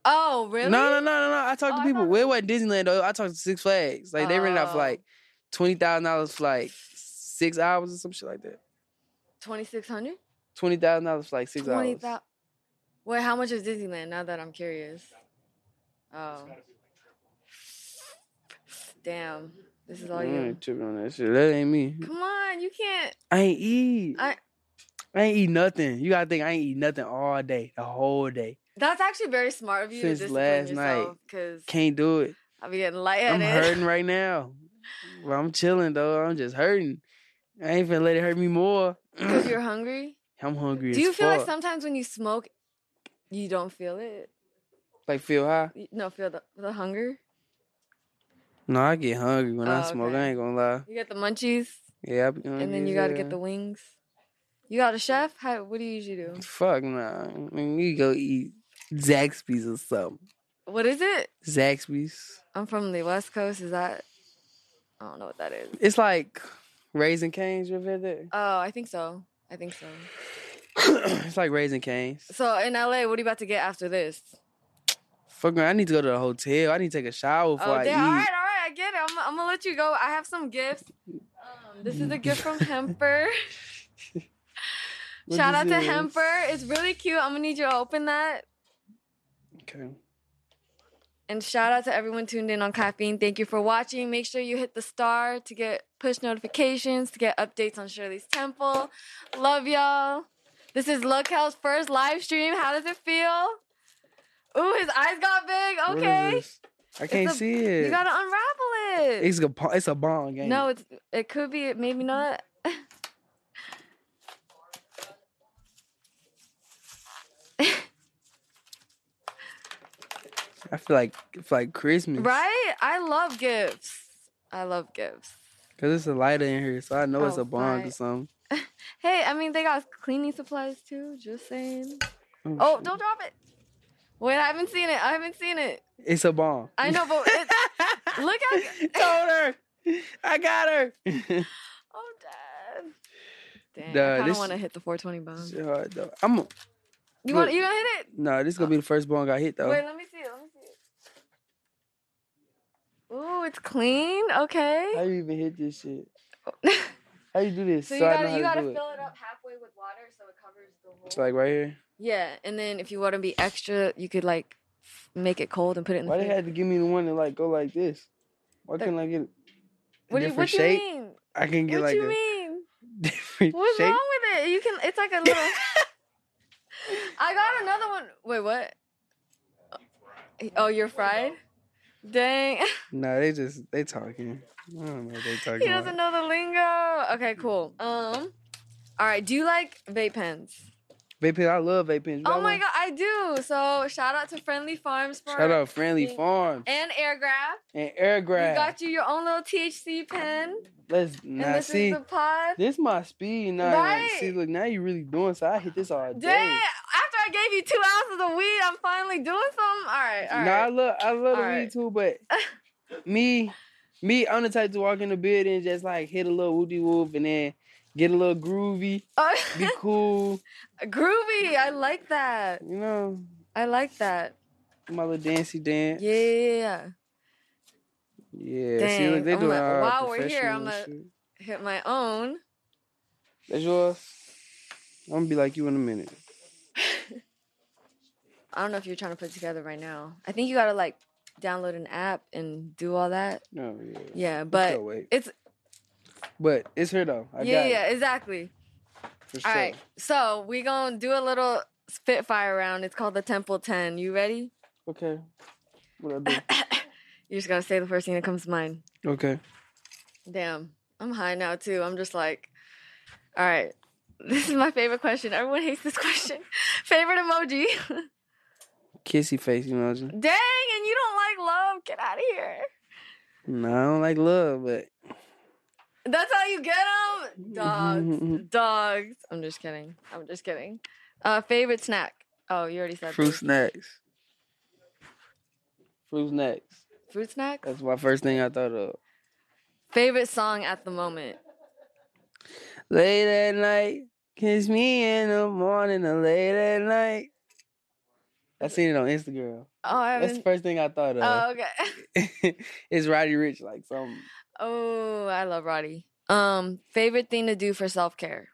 Speaker 1: Oh, really?
Speaker 2: No, no, no, no, no. I talked
Speaker 1: Oh,
Speaker 2: to
Speaker 1: I
Speaker 2: people.
Speaker 1: thought-
Speaker 2: Well, it wasn't Disneyland though. I talked to Six Flags. Like they rented out for
Speaker 1: Oh.
Speaker 2: like twenty thousand dollars for like six hours or some shit like that.
Speaker 1: Twenty six hundred.
Speaker 2: Twenty thousand dollars for like six
Speaker 1: Twenty
Speaker 2: hours.
Speaker 1: thousand. Wait, how much is Disneyland? Now that I'm curious. Oh. Damn, this is all
Speaker 2: I
Speaker 1: you.
Speaker 2: ain't Mm, tripping on that shit. That ain't me.
Speaker 1: Come on, you can't.
Speaker 2: I ain't eat. I,
Speaker 1: I-
Speaker 2: ain't eat nothing. You gotta think I ain't eat nothing all day, the whole day.
Speaker 1: That's actually very smart of you
Speaker 2: Since
Speaker 1: to
Speaker 2: last
Speaker 1: discipline yourself because
Speaker 2: Can't do it.
Speaker 1: I'll be getting
Speaker 2: I'm
Speaker 1: lightheaded. <laughs>
Speaker 2: hurting right now. Well, I'm chilling though. I'm just hurting. I ain't finna let it hurt me more.
Speaker 1: Because you're hungry.
Speaker 2: I'm hungry.
Speaker 1: Do you
Speaker 2: as
Speaker 1: feel like
Speaker 2: fuck.
Speaker 1: sometimes when you smoke, you don't feel it?
Speaker 2: Like feel high?
Speaker 1: You- No, feel the, the hunger.
Speaker 2: No, I get hungry when I
Speaker 1: Oh,
Speaker 2: smoke. I
Speaker 1: okay.
Speaker 2: ain't gonna lie.
Speaker 1: You get the munchies,
Speaker 2: Yeah, I be hungry.
Speaker 1: and then
Speaker 2: as
Speaker 1: you got to get the
Speaker 2: hell.
Speaker 1: wings. You got a chef? How? What do you usually do?
Speaker 2: fuck nah. I mean, you go eat Zaxby's or something.
Speaker 1: What is it?
Speaker 2: Zaxby's.
Speaker 1: I'm from the West Coast. Is that? I don't know what that is.
Speaker 2: It's like Raising Canes. You ever had
Speaker 1: <coughs>
Speaker 2: that?
Speaker 1: Oh, I think so. I think so.
Speaker 2: <coughs> it's like Raising Canes.
Speaker 1: So in LA, what are you about to get after this?
Speaker 2: Fuck man, I need to go to the hotel. I need to take a shower before
Speaker 1: Oh,
Speaker 2: I
Speaker 1: damn. All right, all
Speaker 2: eat.
Speaker 1: right. I get it. I'm, I'm gonna let you go. I have some gifts. Um, this is a gift from
Speaker 2: <laughs>
Speaker 1: Hemper. <laughs>
Speaker 2: What
Speaker 1: Shout out
Speaker 2: this
Speaker 1: to
Speaker 2: is?
Speaker 1: Hemper. It's really cute. I'm gonna need you to open that.
Speaker 2: Okay.
Speaker 1: And shout out to everyone tuned in on Caffeine. Thank you for watching. Make sure you hit the star to get push notifications, to get updates on Shirley's Temple. Love y'all. This is Lokel's first live stream. How does it feel? Ooh, his eyes got
Speaker 2: What
Speaker 1: big.
Speaker 2: is
Speaker 1: Okay.
Speaker 2: this? I can't
Speaker 1: a-
Speaker 2: see it.
Speaker 1: You gotta unravel it.
Speaker 2: It's a bo- it's a bong game.
Speaker 1: No, it's it could be, maybe not.
Speaker 2: I feel like it's like Christmas,
Speaker 1: Right? I love gifts. I love gifts.
Speaker 2: Cause it's a lighter in here, so I know it's
Speaker 1: Oh,
Speaker 2: a bong or
Speaker 1: right.
Speaker 2: something.
Speaker 1: Hey, I mean, they got cleaning supplies too. Just saying.
Speaker 2: Oh,
Speaker 1: Oh,
Speaker 2: shit.
Speaker 1: don't drop it. Wait, I haven't seen it. I haven't seen it.
Speaker 2: It's a bong.
Speaker 1: I <laughs> know, but it's, look at.
Speaker 2: <laughs> Told her. I
Speaker 1: <laughs>
Speaker 2: got her.
Speaker 1: Oh, dad. Damn,
Speaker 2: Nah,
Speaker 1: I kind
Speaker 2: this-
Speaker 1: of want to hit the 420 bomb.
Speaker 2: Shit hard, though. I'm a-
Speaker 1: You want?
Speaker 2: look.
Speaker 1: You gonna hit it?
Speaker 2: no. This gonna be the first bong I hit though.
Speaker 1: Wait, let me see. it, Let me see. it. Ooh, it's clean.
Speaker 2: How
Speaker 1: Okay.
Speaker 2: you even hit this
Speaker 1: <laughs>
Speaker 2: shit? How you do this?
Speaker 1: so you
Speaker 2: I
Speaker 1: gotta
Speaker 2: know how
Speaker 1: you
Speaker 2: to
Speaker 1: gotta
Speaker 2: do
Speaker 1: fill
Speaker 2: it.
Speaker 1: it up halfway with water so it covers the whole.
Speaker 2: It's like right here.
Speaker 1: Yeah, and then if you want to be extra, you could like f- make it cold and put it in the
Speaker 2: Why they
Speaker 1: fridge.
Speaker 2: had to give me the one that like go like this? Why
Speaker 1: The-
Speaker 2: couldn't I get a
Speaker 1: what do you,
Speaker 2: different
Speaker 1: what
Speaker 2: shape?
Speaker 1: you mean?
Speaker 2: I can get
Speaker 1: What
Speaker 2: like
Speaker 1: you
Speaker 2: a
Speaker 1: mean?
Speaker 2: <laughs> different
Speaker 1: What's
Speaker 2: shape.
Speaker 1: wrong with it? You can. It's like a
Speaker 2: <laughs>
Speaker 1: little. I got another one. Wait, what? Oh, you're fried. Dang, <laughs>
Speaker 2: No, they just they talking. I don't know what they talking
Speaker 1: he
Speaker 2: about.
Speaker 1: doesn't know the lingo. Okay, cool. Um, all right. Do you like vape pens?
Speaker 2: Vape pen, I love vape pens. You
Speaker 1: Oh
Speaker 2: got
Speaker 1: my
Speaker 2: one?
Speaker 1: god, I do. So shout out to Friendly Farms for
Speaker 2: Shout out Friendly
Speaker 1: being-
Speaker 2: Farm
Speaker 1: and Airgraph.
Speaker 2: and
Speaker 1: We
Speaker 2: Airgraph.
Speaker 1: got you your own little THC pen.
Speaker 2: Let's
Speaker 1: And
Speaker 2: now
Speaker 1: this
Speaker 2: see.
Speaker 1: is the pod.
Speaker 2: This my speed now. Like, see,
Speaker 1: Right.
Speaker 2: look, now you really doing so. I hit this all day.
Speaker 1: Dang, after I gave you two ounces of weed, I'm finally doing something. All right, all
Speaker 2: No, I
Speaker 1: right.
Speaker 2: love I love the
Speaker 1: Alright.
Speaker 2: weed
Speaker 1: <laughs>
Speaker 2: too, but me, me, I'm the type to walk in the building and just like hit a little woody whoop and then get a little
Speaker 1: <laughs>
Speaker 2: groovy, be
Speaker 1: Oh,
Speaker 2: cool,
Speaker 1: groovy. I like that.
Speaker 2: you know,
Speaker 1: I like that.
Speaker 2: my little dancey dance.
Speaker 1: Yeah, yeah, yeah.
Speaker 2: Yeah. See,
Speaker 1: Dang,
Speaker 2: look, they
Speaker 1: I'm
Speaker 2: doing
Speaker 1: like,
Speaker 2: all
Speaker 1: while we're here, I'm
Speaker 2: professional and
Speaker 1: a-
Speaker 2: shit.
Speaker 1: Hit my own.
Speaker 2: That's yours. I'm gonna be like you in a minute.
Speaker 1: I don't know if you're trying to put together right now. I think you gotta like download an app and do all that.
Speaker 2: No, yeah.
Speaker 1: Yeah,
Speaker 2: But
Speaker 1: but
Speaker 2: wait.
Speaker 1: it's
Speaker 2: But it's here though. I
Speaker 1: yeah,
Speaker 2: got
Speaker 1: yeah,
Speaker 2: it
Speaker 1: exactly.
Speaker 2: for sure.
Speaker 1: All right, so we gonna do a little spitfire round. It's called the Temple Ten. You ready? <coughs>
Speaker 2: Okay. What I
Speaker 1: You're just gonna say the first thing that comes to mind. <laughs>
Speaker 2: do? okay.
Speaker 1: Damn, I'm high now too. I'm just like, all right, <laughs> this is my favorite question. Everyone hates this question. <laughs> favorite emoji.
Speaker 2: Kissy face
Speaker 1: Dang,
Speaker 2: emoji.
Speaker 1: and you don't like love. Get out of here.
Speaker 2: No, I don't like love, but
Speaker 1: That's how you get them?
Speaker 2: <laughs> Mm-hmm.
Speaker 1: Dogs. Dogs. I'm just kidding. I'm just kidding. Uh, favorite snack. Oh, you already said
Speaker 2: fruit
Speaker 1: this.
Speaker 2: snacks. Fruit snacks.
Speaker 1: Fruit snack.
Speaker 2: That's my first thing I thought of.
Speaker 1: Favorite song at the moment.
Speaker 2: Late at night, kiss me in the morning or late at night. I seen it on Instagram.
Speaker 1: Oh, I
Speaker 2: That's the
Speaker 1: haven't.
Speaker 2: first thing I thought of.
Speaker 1: Oh, okay. <laughs>
Speaker 2: <laughs> it's Roddy Rich, like some
Speaker 1: Oh, I love Roddy. Um, favorite thing to do for self care.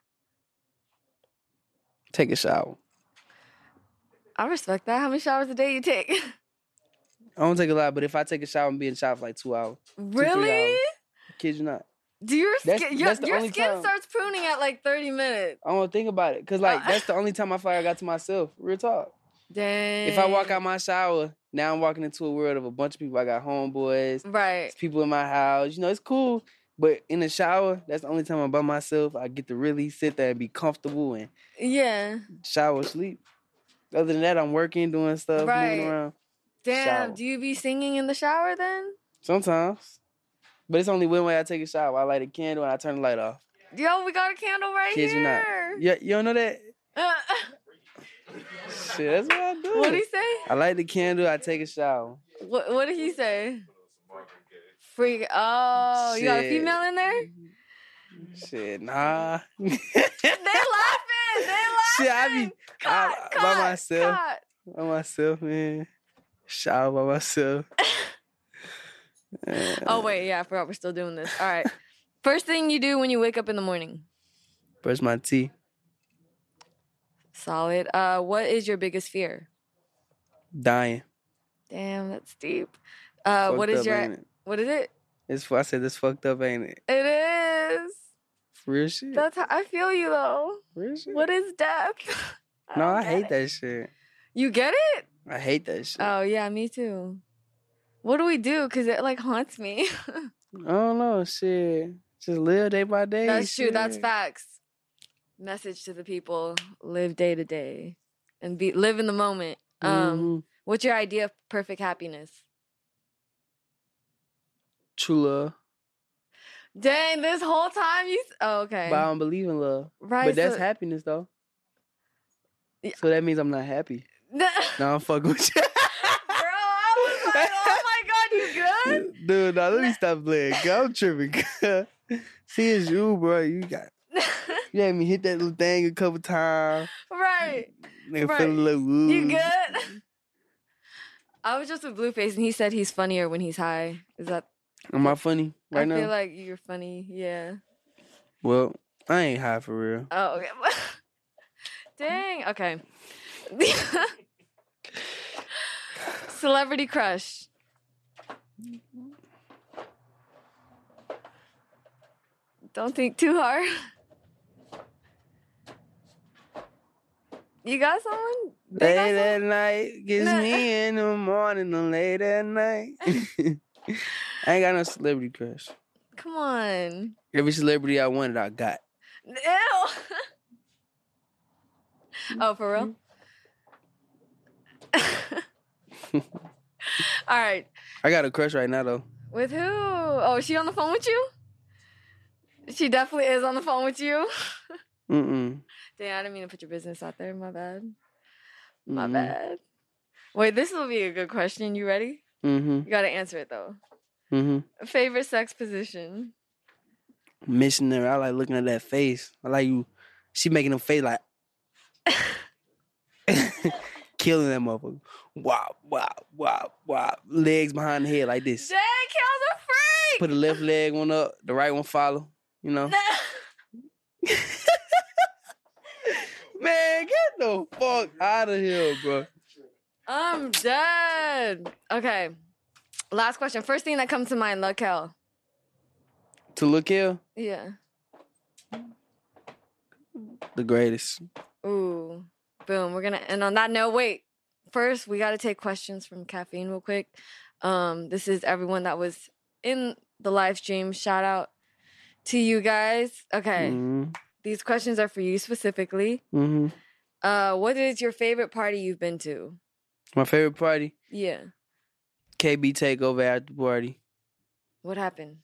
Speaker 2: take a shower.
Speaker 1: I respect that. How many showers a day you take? <laughs>
Speaker 2: I don't take a lot, but if I take a shower and be in the shower for like two hours,
Speaker 1: really?
Speaker 2: hours. kid you not,
Speaker 1: Do your
Speaker 2: That's-
Speaker 1: skin your,
Speaker 2: that's the
Speaker 1: your
Speaker 2: only
Speaker 1: skin
Speaker 2: time-
Speaker 1: starts pruning at like thirty minutes?
Speaker 2: I don't think about it.
Speaker 1: Oh,
Speaker 2: Cause like that's the only time I feel like I got to myself. Real talk.
Speaker 1: Dang.
Speaker 2: If I walk out my shower, now I'm walking into a world of a bunch of people. I got homeboys,
Speaker 1: right.
Speaker 2: it's people in my house. You know, it's cool. But in the shower, that's the only time I'm by myself. I get to really sit there and be comfortable and
Speaker 1: Yeah.
Speaker 2: shower, sleep. Other than that, I'm working, doing stuff,
Speaker 1: Right.
Speaker 2: moving around.
Speaker 1: Damn.
Speaker 2: Shower.
Speaker 1: Do you be singing in the shower then?
Speaker 2: Sometimes. But it's only one way I take a shower. I light a candle and I turn the light off.
Speaker 1: Yo, we got a candle right
Speaker 2: Kid you not.
Speaker 1: here.
Speaker 2: Yeah, you don't know that?
Speaker 1: Uh, <laughs>
Speaker 2: Shit, that's what I do.
Speaker 1: what did he say?
Speaker 2: I light the candle, I take a shower.
Speaker 1: What, what did he say? Freak. Oh, you got a
Speaker 2: Shit.
Speaker 1: female in there?
Speaker 2: Shit, nah.
Speaker 1: they laughing. They
Speaker 2: <laughs>
Speaker 1: laughing.
Speaker 2: Shit, I be I-
Speaker 1: <laughs> Cut,
Speaker 2: by
Speaker 1: cut,
Speaker 2: myself. <laughs>
Speaker 1: cut.
Speaker 2: by myself, man. Shower by
Speaker 1: <laughs>
Speaker 2: myself. Uh,
Speaker 1: Oh wait, yeah, I forgot we're still doing this. All right. First thing you do when you wake up in the morning.
Speaker 2: Brush my teeth.
Speaker 1: Solid. Uh, what is your biggest fear?
Speaker 2: Dying.
Speaker 1: Damn, that's deep. Uh, what
Speaker 2: Fucked
Speaker 1: is
Speaker 2: up,
Speaker 1: your?
Speaker 2: ain't it?
Speaker 1: What is it?
Speaker 2: It's fu- I said this fucked up, ain't it?
Speaker 1: It is.
Speaker 2: Real shit.
Speaker 1: That's how I feel you though.
Speaker 2: Real shit.
Speaker 1: What is death? <laughs>
Speaker 2: no,
Speaker 1: don't
Speaker 2: I
Speaker 1: get
Speaker 2: hate
Speaker 1: it.
Speaker 2: that shit.
Speaker 1: You get it?
Speaker 2: I hate that shit.
Speaker 1: Oh yeah, me too. What do we do? Cause it like haunts me. <laughs>
Speaker 2: I don't know, shit. Just live day by day.
Speaker 1: That's true. That's
Speaker 2: shit.
Speaker 1: facts. Message to the people: live day to day, and be live in the moment. Um,
Speaker 2: Mhm.
Speaker 1: what's your idea of perfect happiness?
Speaker 2: true love.
Speaker 1: Dang, this whole time you. s- Oh, okay.
Speaker 2: But I don't believe in love.
Speaker 1: Right.
Speaker 2: but that's
Speaker 1: so-
Speaker 2: happiness though.
Speaker 1: Yeah.
Speaker 2: So that means I'm not happy. No, I'm fucking with
Speaker 1: <laughs>
Speaker 2: you.
Speaker 1: Bro, I was like, oh my god, you good?
Speaker 2: <laughs> Dude, nah, let me stop playing. girl. I'm tripping. girl. <laughs> See, it's you, bro. You got <laughs> you had me hit that little thing a couple times.
Speaker 1: <laughs> right.
Speaker 2: Nigga
Speaker 1: Right.
Speaker 2: feel a little woo.
Speaker 1: You good? <laughs> I was just with Blueface, and he said he's funnier when he's high. Is that?
Speaker 2: Am I funny right
Speaker 1: I
Speaker 2: now?
Speaker 1: feel like you're funny. Yeah.
Speaker 2: well, I ain't high for real.
Speaker 1: Oh, okay. <laughs> Dang. Okay. <laughs> Celebrity crush. Don't think too hard. <laughs> You got someone? They
Speaker 2: Late
Speaker 1: got someone?
Speaker 2: at night gets
Speaker 1: Nah. <laughs>
Speaker 2: me in the morning and late at night. <laughs> I ain't got no celebrity crush.
Speaker 1: Come on.
Speaker 2: Every celebrity I wanted, I got.
Speaker 1: Ew. <laughs> oh, for real? <laughs> All right.
Speaker 2: I got a crush right now though.
Speaker 1: With who? Oh, is she on the phone with you? She definitely is on the phone with you.
Speaker 2: Mm-mm.
Speaker 1: Dang, I didn't mean to put your business out there. My bad. My
Speaker 2: Mm-mm.
Speaker 1: bad. Wait, this will be a good question. You ready?
Speaker 2: Mm-hmm.
Speaker 1: You gotta answer it though.
Speaker 2: Mm-hmm.
Speaker 1: Favorite sex position?
Speaker 2: Missionary. I like looking at that face. I like you. She making them face like <laughs> killing that motherfucker. Wow, wow, wow, wow. Legs behind the head like
Speaker 1: Dang,
Speaker 2: this.
Speaker 1: Kale's
Speaker 2: Put the left leg one up, the right one follow. You know.
Speaker 1: a freak! <laughs>
Speaker 2: Man, get the fuck out of here, bro.
Speaker 1: I'm dead. Okay. Last question. First thing that comes to mind, Lakel.
Speaker 2: To look here,
Speaker 1: Yeah.
Speaker 2: the greatest.
Speaker 1: Ooh. Boom. We're gonna end on that note. Wait. First, we gotta take questions from caffeine real quick. Um, this is everyone that was in the live stream. Shout out to you guys. Okay.
Speaker 2: Mm-hmm.
Speaker 1: These questions are for you specifically.
Speaker 2: mm-hmm.
Speaker 1: Uh, what is your favorite party you've been to?
Speaker 2: My favorite party,
Speaker 1: Yeah.
Speaker 2: KB takeover after party.
Speaker 1: What happened?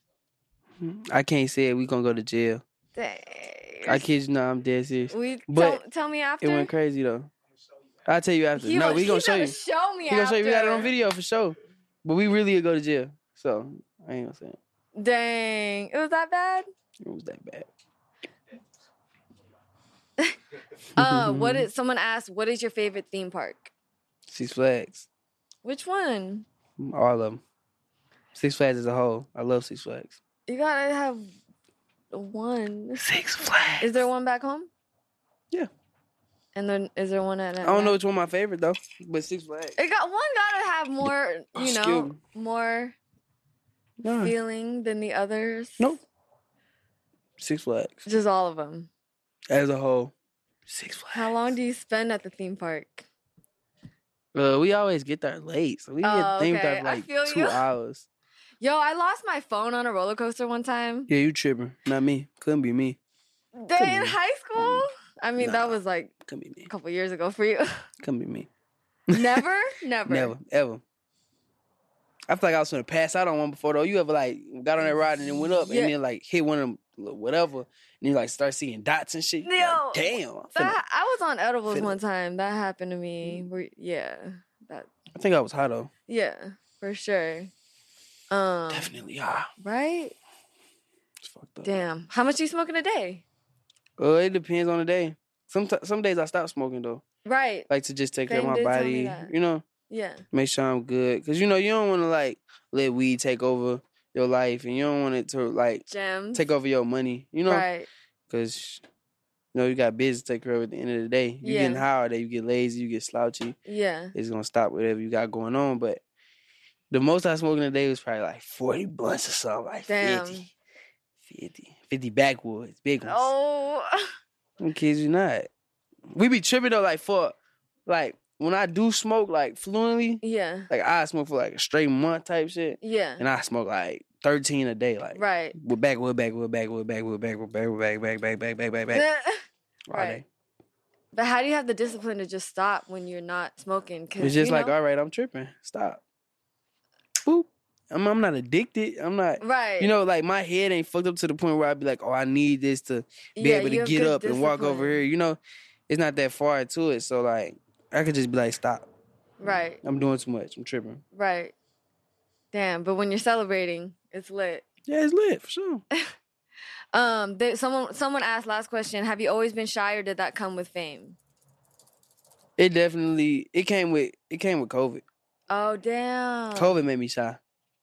Speaker 2: I can't say it. We gonna go to jail.
Speaker 1: Dang.
Speaker 2: I kid you not. I'm dead serious.
Speaker 1: We
Speaker 2: But
Speaker 1: tell, tell me after.
Speaker 2: It went crazy though. I'll tell you after.
Speaker 1: He
Speaker 2: no,
Speaker 1: wa-
Speaker 2: we
Speaker 1: he
Speaker 2: gonna show you.
Speaker 1: gotta Show me
Speaker 2: We gonna show you. We got it on
Speaker 1: after.
Speaker 2: video for sure. But we really go to jail. So I ain't gonna say it.
Speaker 1: Dang, it was that
Speaker 2: <laughs>
Speaker 1: bad.
Speaker 2: It was that bad.
Speaker 1: Uh, what is someone asked? What is your favorite theme park?
Speaker 2: Six Flags.
Speaker 1: Which one?
Speaker 2: All of them. Six Flags as a whole. I love Six Flags.
Speaker 1: You gotta have one.
Speaker 2: Six Flags.
Speaker 1: Is there one back home?
Speaker 2: Yeah.
Speaker 1: And then is there one at?
Speaker 2: I don't know
Speaker 1: Atlanta?
Speaker 2: which one my favorite though, but Six Flags.
Speaker 1: It got one. Gotta have more. You
Speaker 2: Excuse
Speaker 1: know,
Speaker 2: me.
Speaker 1: more
Speaker 2: Nah,
Speaker 1: feeling than the others.
Speaker 2: Nope. Six Flags
Speaker 1: Just all of them.
Speaker 2: as a whole. Six Flags.
Speaker 1: How long do you spend at the theme park?
Speaker 2: Uh, we always get there late, so we get
Speaker 1: Oh,
Speaker 2: think
Speaker 1: okay.
Speaker 2: there
Speaker 1: I
Speaker 2: like
Speaker 1: feel
Speaker 2: two
Speaker 1: you. <laughs>
Speaker 2: hours.
Speaker 1: Yo, I lost my phone on a roller coaster one time.
Speaker 2: Yeah, you tripping? Not me. Couldn't be me.
Speaker 1: Day in
Speaker 2: Couldn't-
Speaker 1: high school. I mean, that
Speaker 2: Nah.
Speaker 1: was like
Speaker 2: Couldn't be me.
Speaker 1: a couple years ago for
Speaker 2: <laughs>
Speaker 1: you.
Speaker 2: Couldn't be me.
Speaker 1: never, never.
Speaker 2: Never, ever. I feel like I was gonna pass out on one before though. You ever like got on that ride and then went up
Speaker 1: Yeah.
Speaker 2: and then like hit one of them whatever, and you like start seeing dots and shit. You
Speaker 1: Yo,
Speaker 2: like, damn. I'm finna-
Speaker 1: That, I was on edibles
Speaker 2: finna-
Speaker 1: one time. That happened to
Speaker 2: Mm.
Speaker 1: me. Where, yeah, that
Speaker 2: I think I was high though.
Speaker 1: yeah for sure. Um,
Speaker 2: Definitely high.
Speaker 1: right?
Speaker 2: It's fucked up.
Speaker 1: Damn. How much you smoking a day?
Speaker 2: Uh, it depends on the day. Some some days I stop smoking though,
Speaker 1: Right.
Speaker 2: like to just take care of
Speaker 1: They
Speaker 2: my
Speaker 1: did tell me
Speaker 2: body.
Speaker 1: that.
Speaker 2: You know,
Speaker 1: Yeah.
Speaker 2: make sure I'm good, cause you know you don't want to like let weed take over your life, and you don't want it to like
Speaker 1: Gems.
Speaker 2: take over your money. You know,
Speaker 1: Right.
Speaker 2: Cause you know you got business to take care of at the end of the day. You getting
Speaker 1: Yeah.
Speaker 2: high all day, you get lazy, you get slouchy.
Speaker 1: Yeah.
Speaker 2: It's gonna stop whatever you got going on. But the most I smoked in a day was probably like forty blunts or something, like
Speaker 1: Damn.
Speaker 2: 50, 50, 50 backwoods, big ones.
Speaker 1: Oh. <laughs>
Speaker 2: I'm kidding you not. We be tripping though, like for like when I do smoke like fluently,
Speaker 1: yeah.
Speaker 2: like I smoke for like a straight month type shit,
Speaker 1: Yeah.
Speaker 2: and I smoke like thirteen a day, like
Speaker 1: Right.
Speaker 2: with backwood, backwood, backwood, backwood, backwood, backwood, back, back, back, back, back, back, back, all
Speaker 1: Right.
Speaker 2: day.
Speaker 1: <laughs> But how do you have the discipline to just stop when you're not smoking? 'Cause,
Speaker 2: It's just
Speaker 1: you
Speaker 2: like,
Speaker 1: know-
Speaker 2: all right, I'm tripping. Stop. Boop. I'm, I'm not addicted. I'm not.
Speaker 1: right.
Speaker 2: You know, like my head ain't fucked up to the point where I'd be like, oh, I need this to be
Speaker 1: Yeah,
Speaker 2: able
Speaker 1: you
Speaker 2: to
Speaker 1: have
Speaker 2: get
Speaker 1: good
Speaker 2: up and walk over
Speaker 1: discipline.
Speaker 2: here. You know, it's not that far to it. So like, I could just be like, stop.
Speaker 1: Right.
Speaker 2: I'm doing too much. I'm tripping.
Speaker 1: Right. Damn. But when you're celebrating, it's lit.
Speaker 2: Yeah, it's lit for sure.
Speaker 1: Um. There, someone. Someone asked last question. Have you always been shy, or did that come with fame?
Speaker 2: It definitely. It came with. It came with COVID.
Speaker 1: Oh damn.
Speaker 2: COVID made me shy.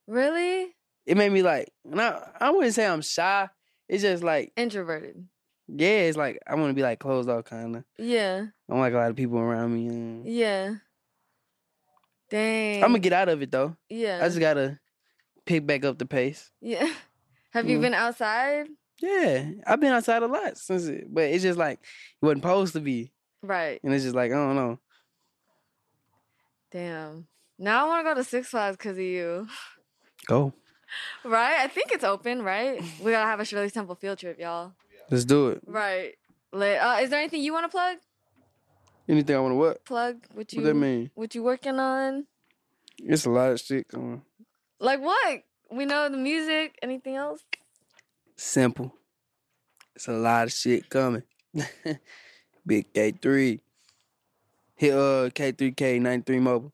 Speaker 1: Really?
Speaker 2: It made me like. And I. I wouldn't say I'm shy. It's just like.
Speaker 1: Introverted.
Speaker 2: Yeah, it's like I want to be like closed off kind of.
Speaker 1: Yeah.
Speaker 2: I don't like a lot of people around me. and-
Speaker 1: Yeah. Dang.
Speaker 2: I'm gonna get out of it though.
Speaker 1: Yeah.
Speaker 2: I just gotta pick back up the pace.
Speaker 1: yeah. <laughs> Have you
Speaker 2: Mm.
Speaker 1: been outside?
Speaker 2: Yeah, I've been outside a lot since it, but it's just like it wasn't supposed to be,
Speaker 1: Right.
Speaker 2: and it's just like I don't know.
Speaker 1: Damn. Now I want to go to Six Flags because of you.
Speaker 2: Go,
Speaker 1: Right? I think it's open, right? We gotta have a Shirley's Temple field trip, y'all.
Speaker 2: let's do it.
Speaker 1: Right. Lit. Uh, is there anything you want to plug?
Speaker 2: Anything I want to what?
Speaker 1: Plug what you
Speaker 2: What that mean?
Speaker 1: what you working on?
Speaker 2: It's a lot of shit going. on.
Speaker 1: Like what? We know the music. Anything else?
Speaker 2: Simple. It's a lot of shit coming. <laughs> Big K three. Hit uh K three K ninety three mobile.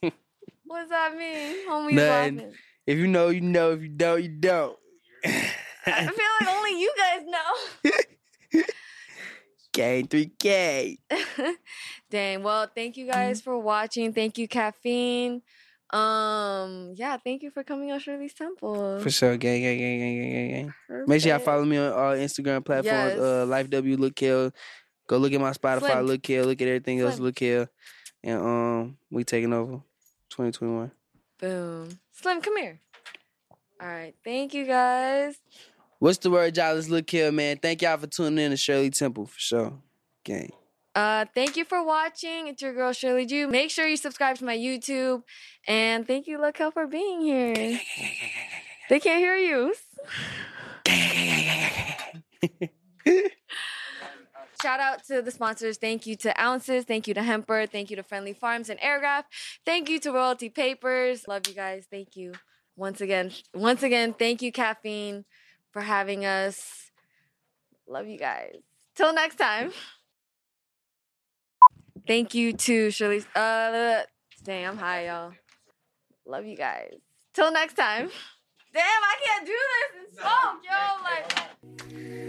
Speaker 1: What does that mean, homie?
Speaker 2: Nothing.
Speaker 1: poppin'?
Speaker 2: If you know, you know. If you don't, you don't.
Speaker 1: I feel like only you guys know.
Speaker 2: <laughs> K three
Speaker 1: <laughs>
Speaker 2: K.
Speaker 1: Dang. Well, thank you guys for watching. Thank you, caffeine. Um, yeah, thank you for coming on Shirley's Temple.
Speaker 2: For sure, gang, gang, gang, gang, gang, gang, gang. Make sure y'all
Speaker 1: Perfect.
Speaker 2: follow me on all Instagram platforms.
Speaker 1: Yes.
Speaker 2: Uh, Life W Look Hill. Go look at my Spotify.
Speaker 1: Slim.
Speaker 2: Look Hill. Look at everything else.
Speaker 1: Slim.
Speaker 2: Look Hill. And um, we taking over 2021.
Speaker 1: Boom. Slim, come here. All right. Thank you guys.
Speaker 2: What's the word, y'all? Let's look here, man. Thank y'all for tuning in to Shirley Temple for sure. Gang.
Speaker 1: Uh, thank you for watching. It's your girl Shirley Jew. Make sure you subscribe to my YouTube. And thank you, Lakel, for being here. They can't hear you. Shout out to the sponsors. Thank you to Ounces. Thank you to Hemper. Thank you to Friendly Farms and Airgraph. Thank you to Royalty Papers. Love you guys. Thank you once again. Once again, thank you, Caffeine, for having us. Love you guys. Till next time. Thank you to Shirley. Uh, dang, I'm high, y'all. Love you guys. <laughs> Till next time. Damn, I can't do this and smoke, yo. Like.